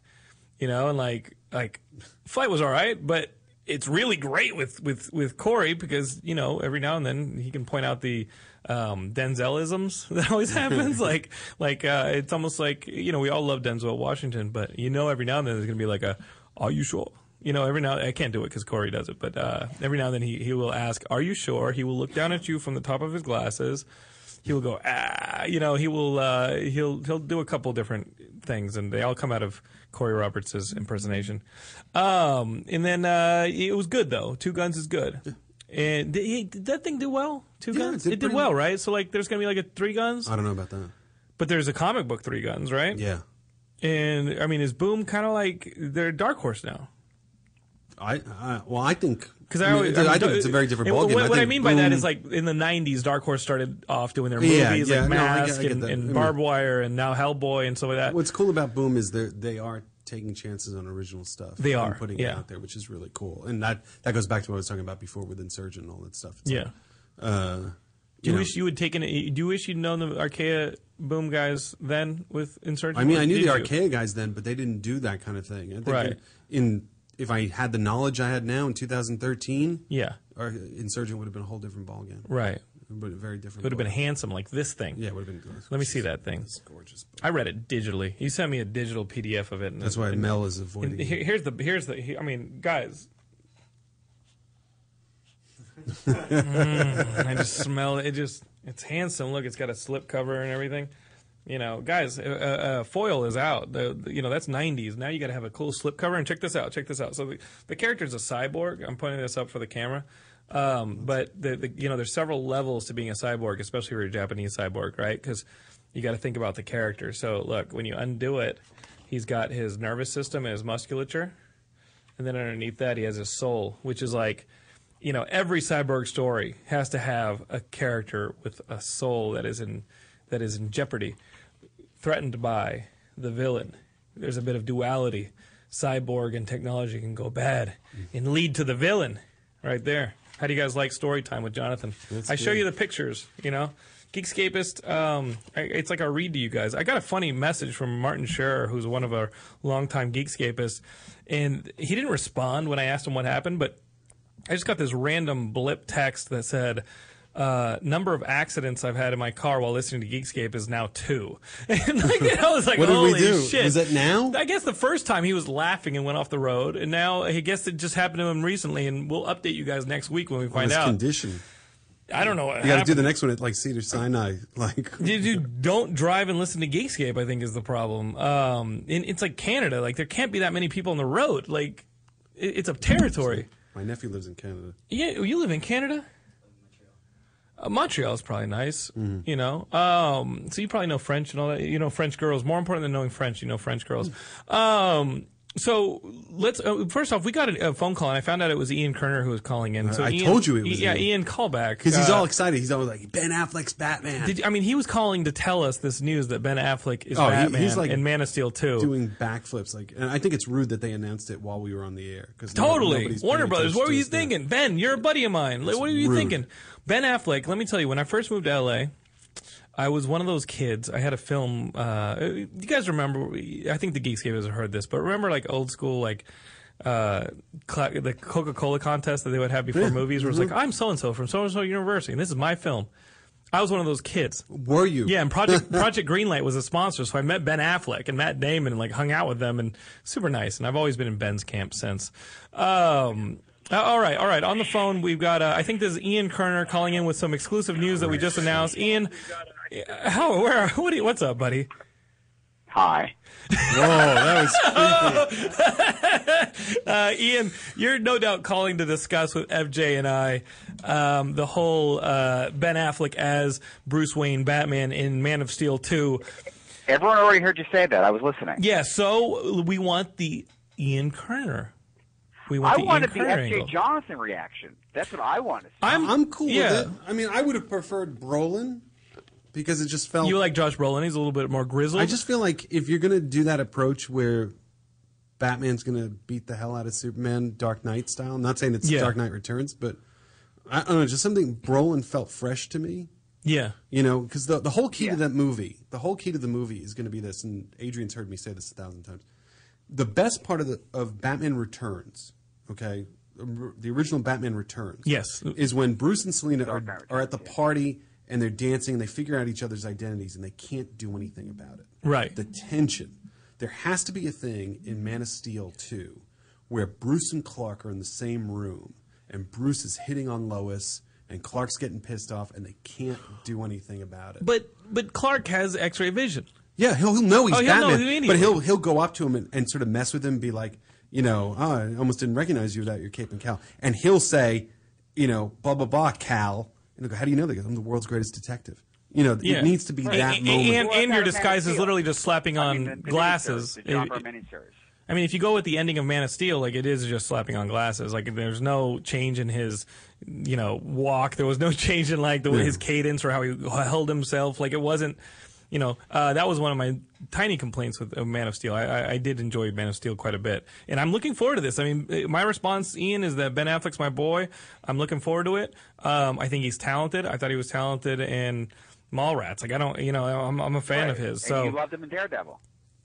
S4: you know, and like like Flight was all right, but it's really great with with with Corey because you know every now and then he can point out the um, Denzelisms that always happens. like like uh, it's almost like you know we all love Denzel Washington, but you know every now and then there's gonna be like a Are you sure? You know every now I can't do it because Corey does it, but uh, every now and then he he will ask Are you sure? He will look down at you from the top of his glasses. He will go ah, you know he will uh, he'll he'll do a couple different things, and they all come out of Corey Roberts' impersonation. Um, and then uh, it was good though. Two Guns is good. And did, he, did that thing do well? Two
S5: Yeah,
S4: Guns.
S5: it did
S4: It did
S5: pretty-
S4: well, right? So like, there's gonna be like a Three Guns.
S5: I don't know about that.
S4: But there's a comic book Three Guns, right?
S5: Yeah.
S4: And I mean, is Boom kind of like they're Dark Horse now?
S5: I, I well, I think
S4: Because I,
S5: mean,
S4: always,
S5: I,
S4: mean,
S5: think it's a very different
S4: and
S5: ballgame.
S4: What, what I,
S5: think
S4: mean by that
S5: Boom-
S4: is like in the '90s, Dark Horse started off doing their movies
S5: Yeah, yeah,
S4: like
S5: no, I get- I
S4: Mask
S5: get
S4: and,
S5: that. Mm. I
S4: and
S5: mean-
S4: Barbed Wire, and now Hellboy and stuff like that.
S5: what's cool about Boom is they they are taking chances on original stuff.
S4: They
S5: and
S4: are,
S5: putting it
S4: yeah.
S5: out there, which is really cool. And that that goes back to what I was talking about before with Insurgent and all that stuff. It's like,
S4: Yeah.
S5: uh,
S4: Do
S5: you
S4: you
S5: know,
S4: wish you had taken? it- Do you wish you'd known the Arkea Boom guys then with Insurgent?
S5: I mean, I
S4: Or
S5: knew
S4: did
S5: the
S4: you?
S5: Arkea guys then, but they didn't do that kind of thing. I think
S4: Right.
S5: in, in if I had the knowledge I had now in 2013,
S4: Yeah.
S5: our Insurgent would have been a whole different ballgame.
S4: Right.
S5: but a very different.
S4: It would have been
S5: ballgame.
S4: handsome like this thing.
S5: Yeah, it would have been.
S4: Let me see that thing.
S5: gorgeous.
S4: I read it digitally. He sent me a digital PDF of it. And
S5: That's why
S4: and-
S5: Mel is
S4: and
S5: avoiding
S4: here-
S5: it.
S4: here's the here's the. he- I mean, guys, Mm, I just smell it. It just it's handsome. Look, it's got a slip cover and everything. You know, guys, uh, uh, foil is out. The, the- you know that's '90s. Now you got to have a cool slip cover. And check this out. Check this out. So the, the character's a cyborg. I'm pointing this up for the camera. Um, but the, the you know there's several levels to being a cyborg, especially if you're a Japanese cyborg, right? Because you got to think about the character. So look, when you undo it, he's got his nervous system and his musculature, and then underneath that he has his soul, which is like, you know, every cyborg story has to have a character with a soul that is in that is in jeopardy, threatened by the villain. There's a bit of duality. Cyborg and technology can go bad and lead to the villain, right there. How do you guys like story time with Jonathan?
S9: That's
S4: I show
S9: good.
S4: you the pictures, you know. Geekscapist, um, I- it's like a read to you guys. I got a funny message from Martin Scherer, who's one of our longtime Geekscapists, and he didn't respond when I asked him what happened, but I just got this random blip text that said, uh, number of accidents I've had in my car while listening to Geekscape is now two. And like, I was like,
S5: What did we
S4: holy
S5: do?
S4: shit.
S5: Was that now?
S4: I guess the first time he was laughing and went off the road, and now I guess it just happened to him recently, and we'll update you guys next week when we
S5: On
S4: find
S5: his
S4: out.
S5: condition.
S4: I don't know what
S5: You got to do
S4: happened.
S5: the next one at like Cedar Sinai. Like
S4: Dude, you don't drive and listen to Geekscape, I think is the problem. Um, and it's like Canada. Like, there can't be that many people on the road. Like, it- it's a territory.
S5: my nephew lives in Canada.
S4: Yeah, you live in Canada? Uh, Montreal is probably nice,
S5: Mm-hmm.
S4: you know. Um, so you probably know French and all that. You know French girls. More important than knowing French, you know French girls. Um, so let's uh, first off, we got a, a phone call, and I found out it was Ian Kerner who was calling in. So
S5: I
S4: Ian-
S5: told you it was
S4: yeah,
S5: Ian.
S4: Ian, call back
S5: Because he's
S4: Uh,
S5: all excited. He's always like Ben Affleck's Batman.
S4: did, I mean, he was calling to tell us this news that Ben Affleck is
S5: Oh, he-
S4: Batman
S5: he's like
S4: and Man of Steel too.
S5: doing backflips like, and I think it's rude that they announced it while we were on the air. Because
S4: Totally. Warner Brothers, what were you thinking? Ben, you're a buddy of mine. Like, what are you
S5: rude.
S4: thinking? Ben Affleck, let me tell you, when I first moved to LA, I was one of those kids. I had a film. Uh, you guys remember? I think the Geekscape has heard this, but remember, like old school, like uh, cla the Coca Cola contest that they would have before
S5: Yeah. Mm-hmm.
S4: movies, where it's like, "I'm so and so from so and so university, and this is my film." I was one of those kids.
S5: Were you?
S4: Yeah, and Project Project Greenlight was a sponsor, so I met Ben Affleck and Matt Damon and like hung out with them and super nice. And I've always been in Ben's camp since. Um, uh, all right, all right. On the phone, we've got uh, I think this is Ian Kerner calling in with some exclusive news that we just announced. Ian, uh, how where what do you, what's up, buddy?
S10: Hi.
S4: Whoa,
S5: that
S4: was creepy. uh, Ian, you're no doubt calling to discuss with FJ and I um, the whole uh, Ben Affleck as Bruce Wayne Batman in Man of Steel 2.
S10: Everyone already heard you say that. I was listening.
S4: Yeah, so we want the Ian Kerner. We want
S10: I
S4: the
S10: wanted
S4: Ian
S10: the
S4: Kerner
S10: FJ
S4: angle.
S10: Jonathan reaction. That's what I want to see.
S5: I'm I'm cool
S4: yeah.
S5: with it. I mean, I would have preferred Brolin because it just felt.
S4: You like Josh Brolin? He's a little bit more grizzled.
S5: I just feel like if you're gonna do that approach where Batman's gonna beat the hell out of Superman, Dark Knight style. I'm not saying it's
S4: Yeah.
S5: Dark Knight Returns, but I don't know. Just something Brolin felt fresh to me.
S4: yeah.
S5: You know, because the, the whole key to that movie, the whole key to the movie is going to be this, and Adrian's heard me say this a thousand times. The best part of the of Batman Returns, okay, the original Batman Returns,
S4: Yes.
S5: is when Bruce and Selina are, are at the party and they're dancing and they figure out each other's identities and they can't do anything about it.
S4: Right.
S5: The tension. There has to be a thing in Man of Steel 2 where Bruce and Clark are in the same room and Bruce is hitting on Lois and Clark's getting pissed off and they can't do anything about it.
S4: But but Clark has X-ray vision.
S5: Yeah, he'll, he'll know he's
S4: Oh, he'll know
S5: Batman,
S4: who he is.
S5: but he'll he'll go up to him and, and sort of mess with him, and be like, you know, oh, I almost didn't recognize you without your cape and cowl, and he'll say, you know, blah blah blah, Cal, and he'll go, how do you know that? He goes, I'm the world's greatest detective. You know, it needs to be that
S4: and,
S5: moment.
S4: And, and your disguise is literally just slapping on glasses.
S10: The John
S4: It-
S10: Byrne miniseries.
S4: I mean, if you go with the ending of Man of Steel, like it is just slapping on glasses. Like there's no change in his, you know, walk. There was no change in like the way
S9: Yeah.
S4: his cadence or how he held himself. Like it wasn't, you know, uh, that was one of my tiny complaints with uh, Man of Steel. I, I, I did enjoy Man of Steel quite a bit, and I'm looking forward to this. I mean, uh, my response, Ian, is that Ben Affleck's my boy. I'm looking forward to it. Um, I think he's talented. I thought he was talented in Mallrats. Like I don't, you know, I'm, I'm a fan of his. So
S10: And you loved him in Daredevil.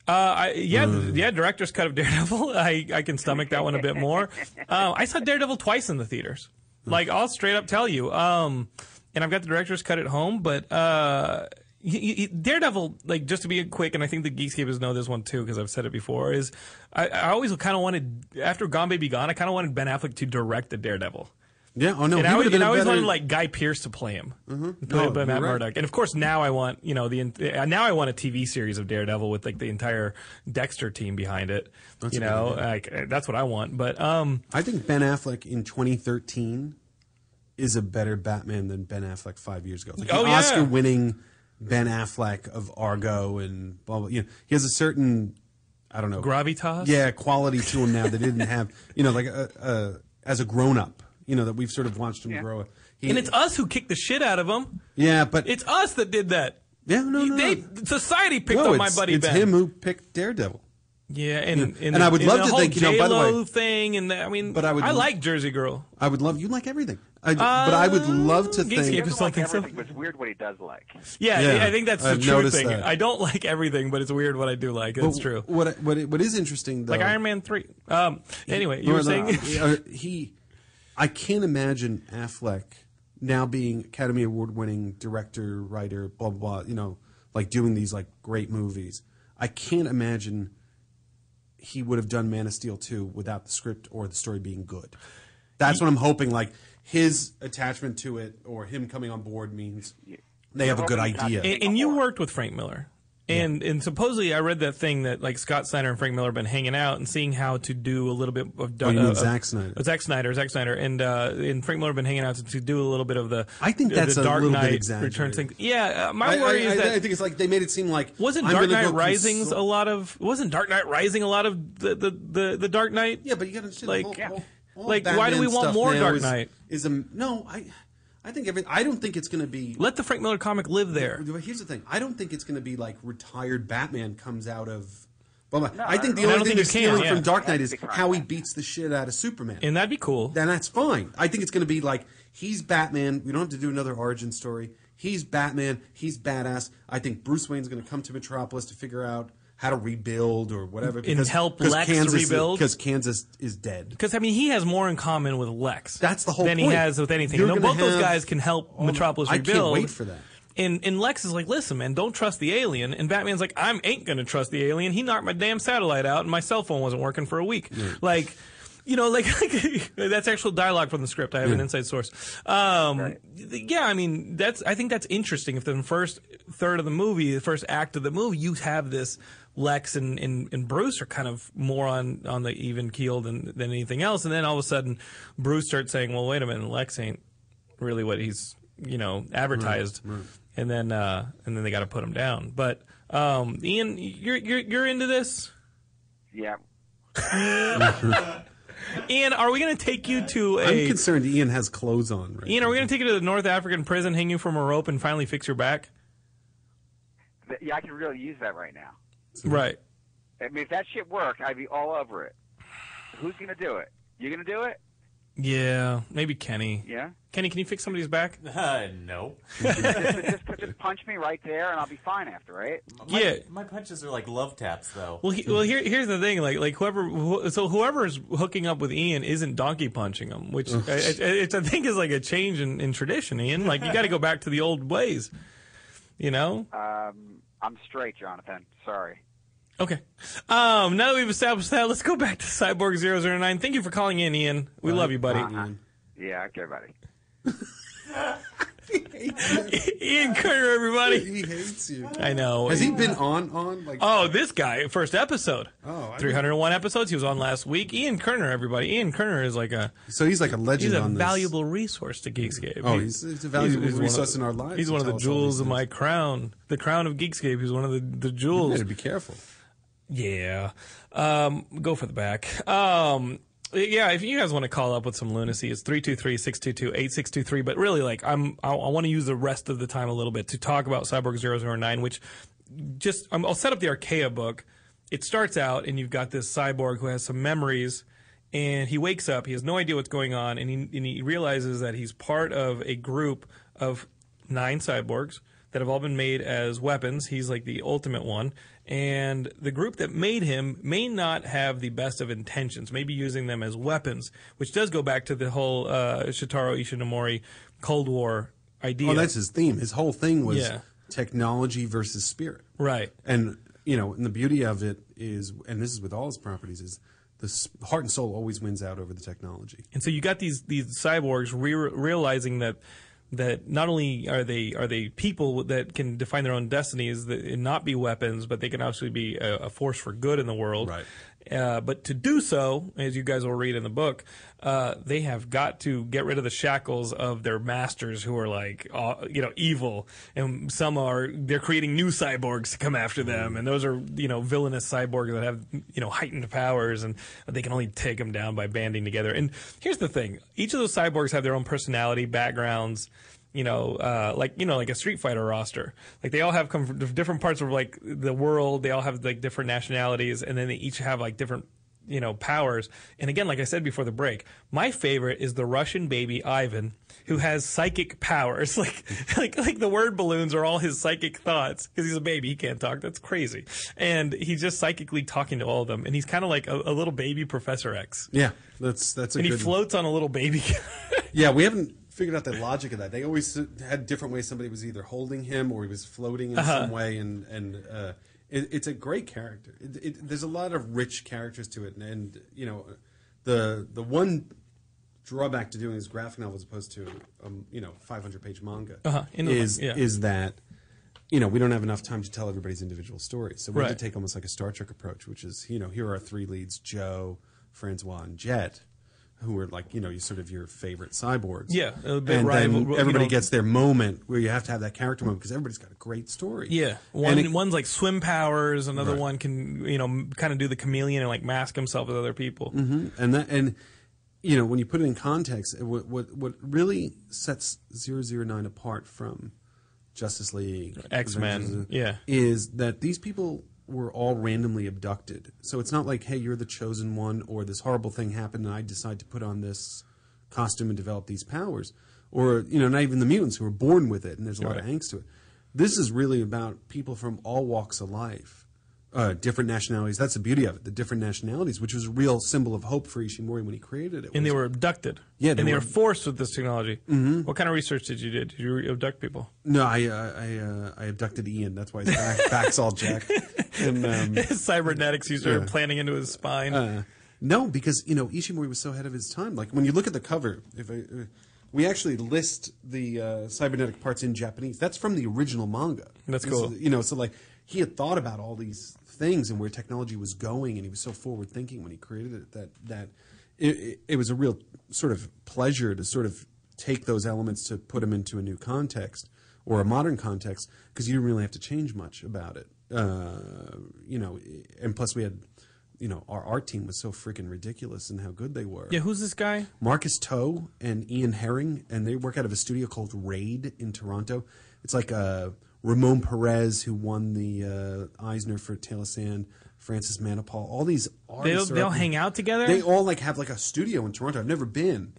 S4: uh, I, yeah, th- yeah. Director's cut of Daredevil. I, I can stomach that one a bit more. Uh, I saw Daredevil twice in the theaters. Like I'll straight up tell you. Um, and I've got the director's cut at home, but uh, y- y- y- Daredevil. Like just to be quick, and I think the Geekscapers know this one too because I've said it before. Is I, I always kind of wanted after Gone Baby Gone, I kind of wanted Ben Affleck to direct the Daredevil.
S5: Yeah. Oh no.
S4: and
S5: he
S4: I always,
S5: would have been
S4: and I
S5: a
S4: always
S5: better-
S4: wanted like Guy Pierce to play him, mm-hmm.
S5: No,
S4: played by
S5: you're
S4: Matt
S5: right.
S4: Murdock. And of course, now I want you know the in- uh, now I want a TV series of Daredevil with like the entire Dexter team behind it.
S5: That's
S4: you
S5: a good
S4: know,
S5: idea.
S4: like uh, that's what I want. But um,
S5: I think Ben Affleck in 2013 is a better Batman than Ben Affleck five years ago. Like
S4: Oh,
S5: the
S4: yeah.
S5: Oscar-winning Ben Affleck of Argo and blah blah. You know, he has a certain I don't know
S4: gravitas.
S5: Yeah, quality to him now that he didn't have. You know, like uh, uh, as a grown-up. You know that we've sort of watched him grow. He-
S4: and it's us who kicked the shit out of him.
S5: yeah, but
S4: It's us that did that.
S5: Yeah, no, no,
S4: They
S5: no.
S4: society picked
S5: no,
S4: up my
S5: it's-
S4: buddy
S5: It's
S4: Ben.
S5: him who picked Daredevil.
S4: yeah, and,
S5: Yeah.
S4: and
S5: And
S4: the-
S5: I would love
S4: the
S5: to
S4: whole
S5: think, you know, by the
S4: J-Lo
S5: way-
S4: thing, and the, I mean,
S5: But I would
S4: I
S5: love-
S4: like Jersey Girl.
S5: I would love you like everything, I, but I would love to
S4: Geekscape is
S5: think.
S10: Like
S4: something
S10: everything, but it's weird what he does like.
S4: Yeah,
S5: Yeah,
S4: I think that's the
S5: I've
S4: true
S5: noticed
S4: thing.
S5: that.
S4: I don't like everything, but it's weird what I do like.
S5: But
S4: That's true.
S5: What I- what what is interesting though,
S4: Like Iron Man three. Um. Anyway, you
S5: No,
S4: were
S5: no,
S4: saying
S5: uh, he. I can't imagine Affleck now being Academy Award winning director, writer, blah blah. blah, You know, like doing these like great movies. I can't imagine he would have done Man of Steel two without the script or the story being good. That's what I'm hoping. Like his attachment to it or him coming on board means they have a good idea.
S4: And, and you worked with Frank Miller. And and supposedly I read that thing that like Scott Snyder and Frank Miller have been hanging out and seeing how to do a little bit of uh,
S5: Oh, you mean
S4: of-
S5: Zack Snyder.
S4: of Zack Snyder, Zack Snyder, and uh, and Frank Miller have been hanging out to, to do a little bit of the
S5: I think
S4: the-
S5: that's
S4: the
S5: a
S4: Dark
S5: little bit
S4: Knight
S5: exaggerated.
S4: Returns thing. Yeah, uh, my
S5: I-
S4: worry is
S5: I, I-
S4: that
S5: I think it's like they made it seem like
S4: wasn't
S5: I'm
S4: Dark
S5: gonna
S4: Knight
S5: go
S4: Rising's
S5: consult-
S4: a lot of wasn't Dark Knight Rising a lot of the the the, the Dark Knight? Yeah,
S5: but you got to understand
S4: like
S5: the whole- whole
S4: like why do
S5: Batman
S4: we want
S5: stuff
S4: more
S5: now
S4: Dark
S5: is-
S4: Knight?
S5: Is a no, I, I think every, I don't think it's going to be.
S4: Let the Frank Miller comic live there.
S5: But here's the thing: I don't think it's going to be like retired Batman comes out of. Well, I think the
S4: I don't think
S5: only thing
S4: you
S5: they're stealing
S4: can, yeah.
S5: from Dark Knight is how he beats the shit out of Superman,
S4: and that'd be cool.
S5: Then that's fine. I think it's going to be like he's Batman. We don't have to do another origin story. He's Batman. He's badass. I think Bruce Wayne's going to come to Metropolis to figure out how to rebuild or whatever
S4: And help Lex rebuild?
S5: because Kansas is dead.
S4: Because I mean, he has more in common with Lex. That's
S5: the whole
S4: Than he
S5: point.
S4: has with anything.
S5: You're
S4: No,
S5: gonna
S4: both those
S5: have-
S4: guys can help
S5: Oh my-
S4: Metropolis
S5: I can't
S4: rebuild.
S5: wait for that.
S4: And and Lex is like, listen, man, don't trust the alien. And Batman's like, I ain't gonna trust the alien. He knocked my damn satellite out, and my cell phone wasn't working for a week. Like. You know, like, that's actual dialogue from the script. I have an
S6: Yeah.
S4: inside source. Um, th- Yeah, I mean, that's. I think that's interesting. If the first third of the movie, the first act of the movie, you have this Lex and, and, and Bruce are kind of more on, on the even keel than, than anything else, and then all of a sudden, Bruce starts saying, "Well, wait a minute, Lex ain't really what he's you know advertised," and then uh, and then they got to put him down. But um, Ian, you're you're you're into this.
S10: Yeah.
S4: Ian, are we going to take you to a?
S5: I'm concerned Ian has clothes on. Right?
S4: Ian, are we going to take you to the North African prison, hang you from a rope, and finally fix your back?
S10: Th- Yeah, I can really use that right now.
S4: Right.
S10: I mean, if that shit worked, I'd be all over it. Who's gonna do it? You gonna do it?
S4: Yeah. Maybe Kenny.
S10: Yeah.
S4: Kenny, can you fix somebody's back? Uh, no.
S10: just, just punch me right there, and I'll be fine after, right?
S4: yeah.
S9: My punches are like love taps, though.
S4: Well, he, well, here, here's the thing. Like, like whoever, who, so whoever's hooking up with Ian isn't donkey punching him, which I, I, it's, I think is like a change in, in tradition. Ian, like you got to go back to the old ways. You know.
S10: Um, I'm straight, Jonathan. Sorry.
S4: Okay. Um, now that we've established that, let's go back to Cyborg 009. Thank you for calling in, Ian. We love you, buddy.
S5: Uh,
S10: Uh-huh. Yeah, okay, buddy.
S4: Ian Carter, everybody.
S5: He hates you.
S4: I know.
S5: Has he been on on like?
S4: Oh, this guy, first episode.
S5: Oh, I
S4: 301 episodes. He was on last week. Ian Kerner, everybody. Ian Kerner is like a
S5: So he's like a legend
S4: he's a
S5: on this.
S4: valuable resource to Geekscape.
S5: Oh, he's- he's a valuable
S4: one of
S5: resource
S4: the-
S5: in our lives
S4: He's
S5: to
S4: one of the
S5: tell us all
S4: jewels
S5: these
S4: of my crown. The crown of Geekscape. He's one of the, the
S5: You
S4: jewels.
S5: better be careful.
S4: Yeah. Um, go for the back. Um, yeah, if you guys want to call up with some lunacy, it's 323-622-8623. But really, like, I'm, I, I want to use the rest of the time a little bit to talk about Cyborg 009, which just, i I'll set up the Archaea book. It starts out and you've got this cyborg who has some memories and he wakes up. He has no idea what's going on. And he, and he realizes that he's part of a group of nine cyborgs that have all been made as weapons. He's like the ultimate one. And the group that made him may not have the best of intentions, maybe using them as weapons, which does go back to the whole uh, Shitaro Ishinomori Cold War idea.
S5: Oh, that's his theme. His whole thing was
S4: Yeah.
S5: technology versus spirit.
S4: Right.
S5: And you know, and the beauty of it is, and this is with all his properties, is the s- heart and soul always wins out over the technology.
S4: And so you got these these cyborgs re- realizing that that not only are they are they people that can define their own destinies that, and not be weapons, but they can actually be a, a force for good in the world. Right. Uh, but to do so, as you guys will read in the book, uh, they have got to get rid of the shackles of their masters, who are like, uh, you know, evil, and some are they're creating new cyborgs to come after them, and those are you know villainous cyborgs that have you know heightened powers, and they can only take them down by banding together. And here's the thing: each of those cyborgs have their own personality, backgrounds, you know, uh, like you know, like a Street Fighter roster. Like they all have come from dif- different parts of like the world. They all have like different nationalities, and then they each have like different you know powers. And again, like I said before the break, my favorite is the Russian baby Ivan, who has psychic powers. Like like like the word balloons are all his psychic thoughts because he's a baby. He can't talk. That's crazy. And he's just psychically talking to all of them. And he's kind of like a, a little baby Professor X.
S5: Yeah, that's that's a
S4: and
S5: good.
S4: he floats on a little baby.
S5: yeah, we haven't figured out the logic of that. They always had different ways somebody was either holding him or he was floating in
S4: Uh-huh.
S5: some way, and and uh, it, it's a great character. It, it, there's a lot of rich characters to it, and, and you know, the the one drawback to doing this graphic novel as opposed to um, you know 500 page manga
S4: Uh-huh, in the-
S5: is
S4: yeah.
S5: is that you know we don't have enough time to tell everybody's individual stories, so we have
S4: Right.
S5: to take almost like a Star Trek approach, which is you know here are three leads: Joe, Francois, and Jet. Who are like you know you sort of your favorite cyborgs
S4: Yeah, a
S5: and
S4: bit rival-
S5: then
S4: you
S5: everybody
S4: know-
S5: gets their moment where you have to have that character moment because everybody's got a great story.
S4: Yeah,
S5: And
S4: one
S5: it-
S4: one's like swim powers. Another
S5: Right.
S4: one can you know kind of do the chameleon and like mask himself with other people.
S5: Mhm. And that, and you know, when you put it in context, it- what what what really sets 009 apart from Justice League,
S4: X-Men,
S5: Avengers,
S4: yeah.
S5: is that these people were all randomly abducted. So it's not like, hey, you're the chosen one, or this horrible thing happened, and I decide to put on this costume and develop these powers, or you know, not even the mutants who were born with it, and there's a lot of
S4: Right.
S5: angst to it. This is really about people from all walks of life uh, different nationalities. That's the beauty of it. The different nationalities, which was a real symbol of hope for Ishimori when he created it.
S4: And they were abducted.
S5: Yeah,
S4: and they were forced with this technology.
S5: Mhm.
S4: What kind of research did you do? Did you abduct people?
S5: no, I uh, I uh, I abducted Ian. That's why his back, back's all jacked. And, um,
S4: Cybernetics you started
S5: yeah.
S4: planting into his spine.
S5: Uh, no, because you know Ishimori was so ahead of his time. Like when you look at the cover, if I, uh, we actually list the uh, cybernetic parts in Japanese, that's from the original manga.
S4: That's
S5: This
S4: cool.
S5: is- you know, so like he had thought about all these things and where technology was going, and he was so forward thinking when he created it that that it, it, it was a real sort of pleasure to sort of take those elements to put them into a new context or a modern context because you didn't really have to change much about it. Uh, you know, and plus we had you know, our art team was so freaking ridiculous and how good they were.
S4: yeah, who's this guy?
S5: Marcus Toe and Ian Herring, and they work out of a studio called Raid in Toronto. It's like uh, Ramon Perez, who won the uh, Eisner for Tail of Sand, Francis Manipal, all these
S4: They all-
S5: artists. are
S4: they all
S5: up-
S4: hang out together.
S5: They all like have like a studio in Toronto. I've never been.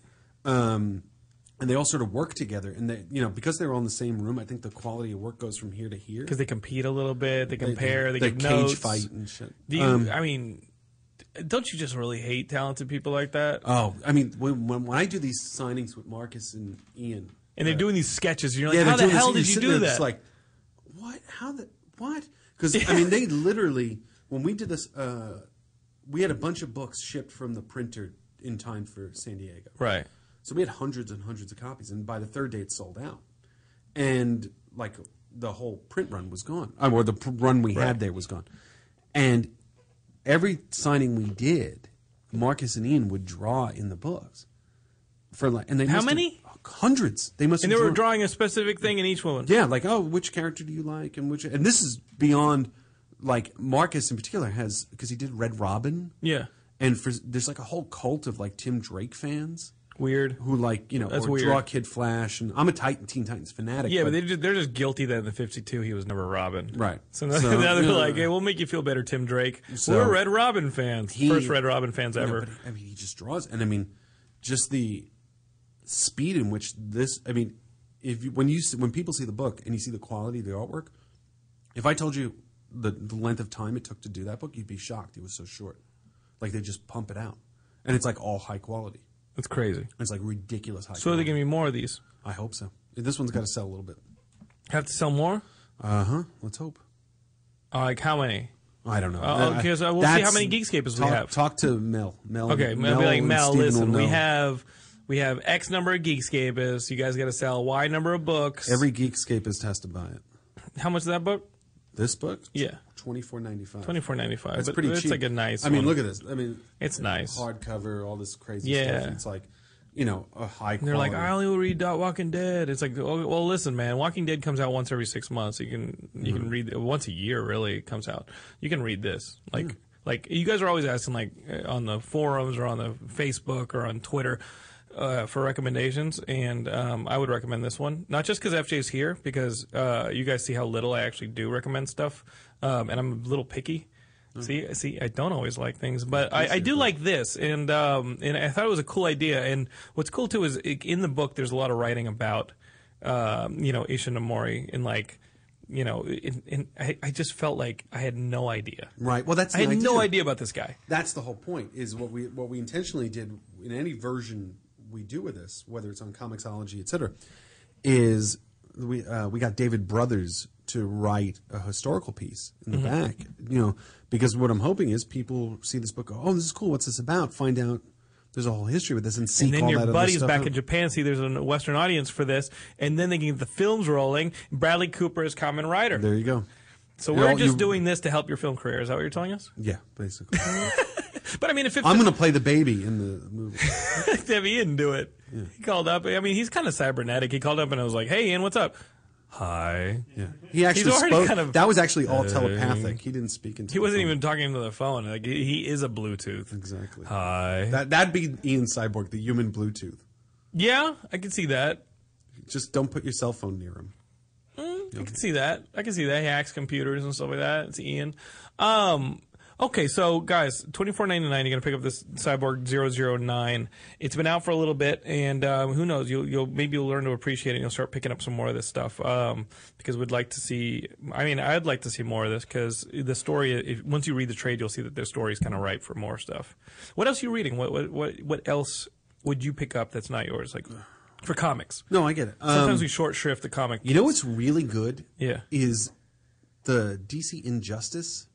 S5: Um, and they all sort of work together, and they, you know, because they're all in the same room, I think the quality of work goes from here to here.
S4: because they compete a little bit. They
S5: They-
S4: compare. They,
S5: they
S4: give
S5: cage
S4: notes.
S5: fight and shit.
S4: Do you,
S5: Um,
S4: I mean, don't you just really hate talented people like that?
S5: Oh, I mean, when, when, when I do these signings with Marcus and Ian,
S4: and they're
S5: uh,
S4: doing these sketches. And you're like,
S5: Yeah,
S4: how
S5: they're
S4: the
S5: doing this-
S4: hell
S5: you're
S4: did you
S5: sitting
S4: do
S5: there just
S4: that?
S5: like, what? How the what? Because I mean, they literally when we did this, uh, we had a bunch of books shipped from the printer in time for San Diego.
S4: Right.
S5: So we had hundreds and hundreds of copies, and by the third day, it sold out, and like the whole print run was gone, Uh, or the pr- run we
S4: Right.
S5: had there was gone, and every signing we did, Marcus and Ian would draw in the books for like, and they
S4: How
S5: must have-
S4: many?
S5: hundreds. They must
S4: and they
S5: have
S4: were
S5: drawn-
S4: drawing a specific thing in each one.
S5: yeah, like oh, which character do you like, and which, and this is beyond like Marcus in particular has because he did Red Robin.
S4: Yeah.
S5: and for there's like a whole cult of like Tim Drake fans.
S4: Weird.
S5: Who like you know
S4: That's
S5: or
S4: weird.
S5: draw Kid Flash and I'm a Titan Teen Titans fanatic.
S4: Yeah, but, they, they're just guilty that in the 52 he was never Robin.
S5: Right.
S4: So now,
S5: So-
S4: now they're
S5: Yeah.
S4: like, hey, we'll make you feel better, Tim Drake.
S5: So-
S4: We're Red Robin fans.
S5: He-
S4: First Red Robin fans
S5: No,
S4: ever.
S5: but I mean, he just draws, and I mean, just the speed in which this. I mean, if you, when you see- when people see the book and you see the quality of the artwork, if I told you the, the length of time it took to do that book, you'd be shocked. It was so short. Like they just pump it out, and it's like all high quality.
S4: That's crazy.
S5: It's like ridiculous high.
S4: so are they
S5: quality.
S4: going to be more of these?
S5: I hope so. This one's got to sell a little bit.
S4: Have to sell more?
S5: Uh huh. Let's hope.
S4: Uh, like how many?
S5: I don't know.
S4: Oh, okay, so we'll see
S5: That's-
S4: how many Geekscapers we
S5: talk,
S4: have.
S5: Talk to Mel. Mel.
S4: okay, Mel,
S5: Mel
S4: be like
S5: and
S4: Mel.
S5: Steven will
S4: Listen, we
S5: know.
S4: have we have X number of Geekscapists. You guys got to sell Y number of books.
S5: every Geekscapist has to buy it.
S4: how much is that book?
S5: This book?
S4: Yeah,
S5: twenty four ninety five.
S4: twenty four ninety five.
S5: That's pretty
S4: It's
S5: cheap.
S4: like a nice.
S5: I mean,
S4: one.
S5: look at this. I mean, uh,
S4: It's nice.
S5: hardcover, all this crazy
S4: Yeah.
S5: stuff. It's like, you know, a high.
S4: And they're like,
S5: quality-
S4: I only read Dot Walking Dead. It's like, oh, well, listen, man, Walking Dead comes out once every six months. You can you
S5: Mm-hmm.
S4: can read once a year, really. It comes out. You can read this, like
S5: Mm.
S4: like you guys are always asking, like uh, on the forums or on the Facebook or on Twitter. Uh, for recommendations, and um, I would recommend this one. Not just because FJ's here, because uh, you guys see how little I actually do recommend stuff, um, and I'm a little picky.
S5: Mm.
S4: See, see, I don't always like things, but I, I do like this, and um, and I thought it was a cool idea. And what's cool too is i- in the book, there's a lot of writing about, um, you know, Ishin Namori, and like, you know, and, and I, I just felt like I had no idea.
S5: Right. Well, that's
S4: I
S5: the
S4: had no
S5: idea.
S4: idea about this guy.
S5: That's the whole point. Is what we what we intentionally did in any version we do with this, whether it's on Comixology, et cetera, is we uh, we got David Brothers to write a historical piece in the
S11: Mhm.
S4: Mm-hmm.
S5: back. You know, because what I'm hoping is people see this book, go, oh, this is cool. What's this about? Find out. There's a whole history with this, and seek
S4: and then
S5: all
S4: your
S5: that other
S4: buddies
S5: stuff
S4: back
S5: out.
S4: in Japan see there's a Western audience for this, and then they can get the films rolling. Bradley Cooper is Common Rider.
S5: There you go.
S4: So
S5: You
S4: we're
S5: know,
S4: just
S5: you-
S4: doing this to help your film career. Is that what you're telling us?
S5: Yeah, basically.
S4: But I mean, if it's
S5: I'm going to play the baby in the movie.
S4: Tim, he didn't do it. He called up. I mean, he's kind of cybernetic. He called up and I was like, "Hey, Ian, what's up?" Hi.
S5: Yeah. He actually spoke. that was actually all telepathic. He didn't speak in.
S4: He wasn't even talking into the phone. Like he he is a Bluetooth.
S5: Exactly.
S4: Hi.
S5: That that'd be Ian Cyborg, the human Bluetooth.
S4: Yeah, I can see that.
S5: Just don't put your cell phone near him.
S4: Mm, I can see that. I can see that. He hacks computers and stuff like that. It's Ian. Um, okay, so guys, twenty four ninety nine. You're gonna pick up this Cyborg 009. It's been out for a little bit, and um, who knows? You'll you'll maybe you'll learn to appreciate it. and You'll start picking up some more of this stuff um, because we'd like to see. I mean, I'd like to see more of this because the story. If, once you read the trade, you'll see that their story is kind of ripe for more stuff. What else are you reading? What what what what else would you pick up that's not yours? Like for comics?
S5: No, I get it.
S4: Sometimes
S5: Um,
S4: we short shrift the comic.
S5: You know what's really good?
S4: Yeah.
S5: Is the DC Injustice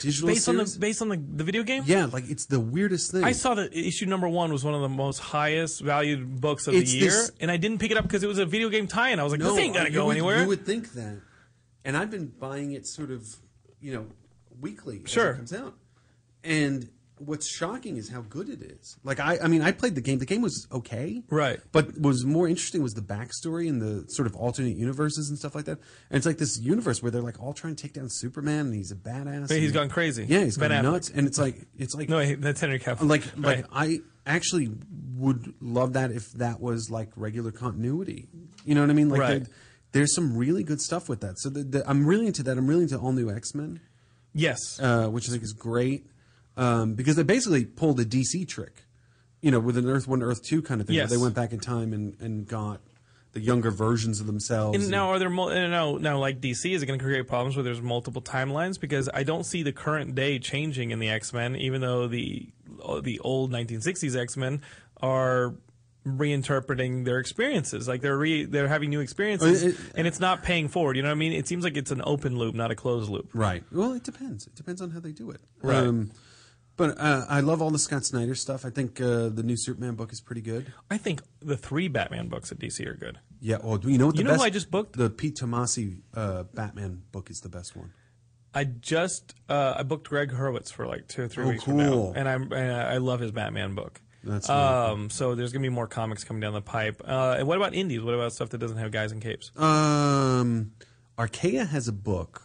S5: digital
S4: based on
S5: series?
S4: the based on the, the video game.
S5: yeah, like it's the weirdest thing.
S4: I saw that issue number one was one of the most highest valued books of
S5: It's
S4: the year,
S5: this-
S4: and I didn't pick it up because it was a video game tie-in. I was like, this ain't gonna
S5: you
S4: go
S5: would-
S4: anywhere.
S5: You would think that, and I've been buying it sort of, you know, weekly
S4: Sure.
S5: as it comes out. And what's shocking is how good it is. Like I, I mean, I played the game. The game was okay,
S4: right?
S5: But what was more interesting was the backstory and the sort of alternate universes and stuff like that. And it's like this universe where they're like all trying to take down Superman, and he's a badass.
S4: But he's
S5: and-
S4: gone crazy.
S5: Yeah, he's
S4: Ben
S5: gone
S4: Affleck.
S5: nuts. And it's like it's like
S4: no, wait, that's Henry Cavill.
S5: like
S4: Right.
S5: like I actually would love that if that was like regular continuity. You know what I mean? Like
S4: Right.
S5: there- there's some really good stuff with that. So the, the, I'm really into that. I'm really into all new X Men.
S4: Yes,
S5: uh, which I think is great um, because they basically pulled a DC trick. You know, with an Earth One, Earth Two kind of thing. where
S4: Yes.
S5: They went back in time and, and got the younger versions of themselves.
S4: And now, are there mul- and now now like DC is it going to create problems where there's multiple timelines? Because I don't see the current day changing in the X Men, even though the uh, the old 1960s X Men are reinterpreting their experiences. Like they're re- they're having new experiences,
S5: It- it-
S4: and it's not paying forward. You know what I mean? It seems like it's an open loop, not a closed loop.
S5: Right. Well, it depends. It depends on how they do it.
S4: Right.
S5: Um, but uh, I love all the Scott Snyder stuff. I think uh, the new Superman book is pretty good.
S4: I think the three Batman books at DC are good.
S5: Yeah. Well, do you know what the
S4: You know who
S5: best?
S4: I just booked?
S5: The Pete Tomasi uh, Batman book is the best one.
S4: I just uh, I booked Greg Hurwitz for like two or three
S5: Oh,
S4: weeks from now,
S5: cool.
S4: and I'm and I love his Batman book.
S5: That's really
S4: um. So there's gonna be more comics coming down the pipe. Uh, and what about indies? What about stuff that doesn't have guys in capes?
S5: Um, Arkea has a book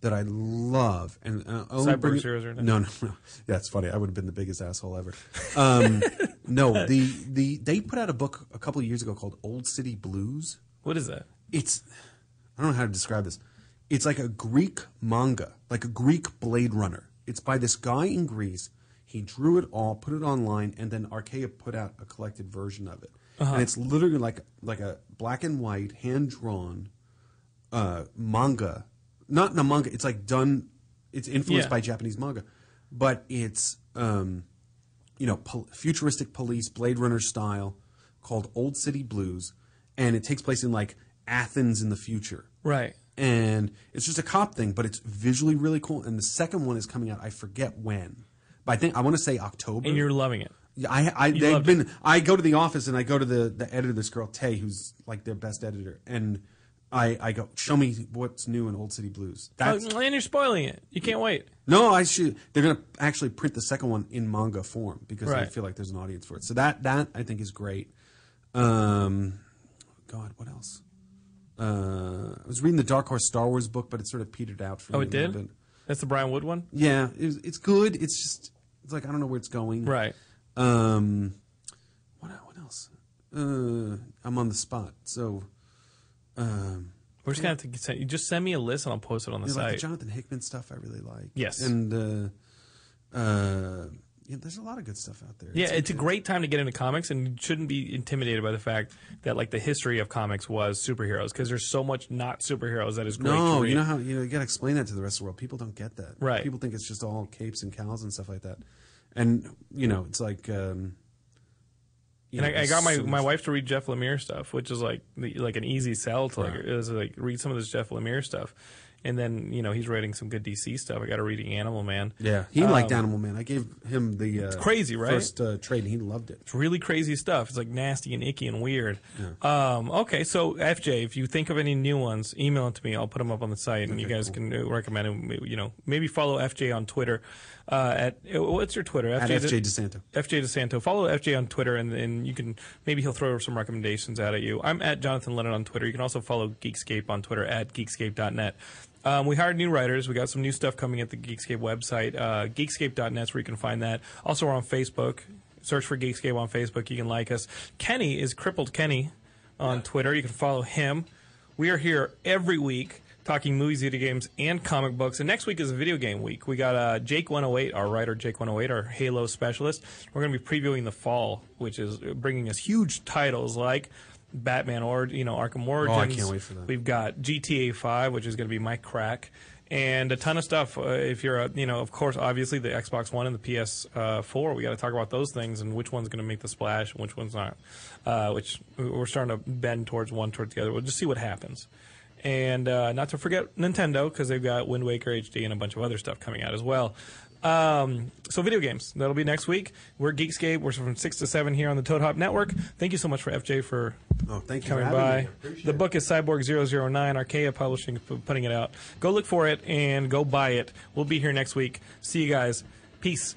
S5: that I love, and uh, I only
S4: Cyborg
S5: bring it-
S4: Zeros or
S5: no, no, no. Yeah, it's funny. I would have been the biggest asshole ever. Um, no, the the they put out a book a couple of years ago called Old City Blues.
S4: What is that?
S5: It's I don't know how to describe this. It's like a Greek manga, like a Greek Blade Runner. It's by this guy in Greece. He drew it all, put it online, and then Arkea put out a collected version of it.
S11: Uh-huh.
S5: And it's literally like like a black and white, hand drawn uh, manga. Not in a manga. It's like done. It's influenced
S11: Yeah.
S5: by Japanese manga, but it's um, you know pol- futuristic police Blade Runner style called Old City Blues, and it takes place in like Athens in the future.
S4: Right.
S5: and it's just a cop thing, but it's visually really cool. And the second one is coming out. I forget when, but I think I want to say October.
S4: And you're loving it.
S5: Yeah, I, I
S4: You
S5: they've
S4: loved
S5: been. I go to the office and I go to the the editor, this girl Tay, who's like their best editor, and I I go show me what's new in Old City Blues. That's
S4: Oh, and you're spoiling it. You can't wait.
S5: no, I should. They're gonna actually print the second one in manga form because I
S4: Right.
S5: feel like there's an audience for it. So that that I think is great. Um, God, what else? Uh, I was reading the Dark Horse Star Wars book, but it sort of petered out for
S4: Oh,
S5: me.
S4: it
S5: a little
S4: did?
S5: bit.
S4: That's the Brian Wood one?
S5: Yeah, it was, it's good. It's just it's like I don't know where it's going.
S4: Right.
S5: Um, what what else? Uh, I'm on the spot, so. Um,
S4: We're just going to have to send, you just send me a list and I'll post it on the
S5: yeah,
S4: site.
S5: Like the Jonathan Hickman stuff, I really like.
S4: Yes.
S5: and uh, uh, yeah, there's a lot of good stuff out there.
S4: Yeah, it's a great time to get into comics, and you shouldn't be intimidated by the fact that like the history of comics was superheroes because there's so much not superheroes that is great. to
S5: no,
S4: read.
S5: you know how you know you got to explain that to the rest of the world. People don't get that.
S4: Right.
S5: People think it's just all capes and cows and stuff like that, and you know it's like. Um, you
S4: and
S5: know,
S4: I, I got my,
S5: so
S4: my
S5: much-
S4: wife to read Jeff Lemire stuff, which is like the, like an easy sell to like
S5: Right.
S4: it was like read some of this Jeff Lemire stuff, and then you know he's writing some good DC stuff. I got her reading Animal Man.
S5: Yeah, he
S4: Um,
S5: liked Animal Man. I gave him the. Uh,
S4: It's crazy, right?
S5: First uh, trade, and he loved it.
S4: It's really crazy stuff. It's like nasty and icky and weird. Um, okay, so FJ, if you think of any new ones, email it to me. I'll put them up on the site, and you guys can uh, recommend them. Maybe, You know, maybe follow FJ on Twitter. Uh, at uh, what's your Twitter?
S5: At FJ DeSanto.
S4: FJ DeSanto. Follow FJ on Twitter, and then you can maybe he'll throw some recommendations out at you. I'm at Jonathan Lennon on Twitter. You can also follow Geekscape on Twitter at geekscape.net. Um, we hired new writers. We got some new stuff coming at the Geekscape website. Uh, geekscape.net's where you can find that. Also, we're on Facebook. Search for Geekscape on Facebook. You can like us. Kenny is Crippled Kenny on Twitter. You can follow him. We are here every week talking movies, video games, and comic books. And next week is video game week. We got uh, Jake 108, our writer, Jake 108, our Halo specialist. We're going to be previewing the fall, which is bringing us huge titles like Batman or you know Arkham Origins.
S5: Oh, can't wait for that.
S4: We've got GTA 5, which is going to be my crack. And a ton of stuff. Uh, if you're, a, you know, of course, obviously the Xbox One and the PS4, we got to talk about those things and which one's going to make the splash and which one's not. Uh, which we're starting to bend towards one towards the other. We'll just see what happens. And uh, not to forget Nintendo because they've got Wind Waker HD and a bunch of other stuff coming out as well. Um, so video games that'll be next week. We're Geekscape. We're from six to seven here on the Toad Hop Network. Thank you so much for FJ for
S5: oh, thank you for
S4: coming
S5: having me. I
S4: by.
S5: appreciate
S4: The book is Cyborg 009. Archaea Publishing is pu- putting it out. Go look for it and go buy it. We'll be here next week. See you guys. Peace.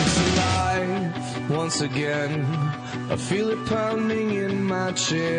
S11: It's alive once again. I feel it pounding in my chest.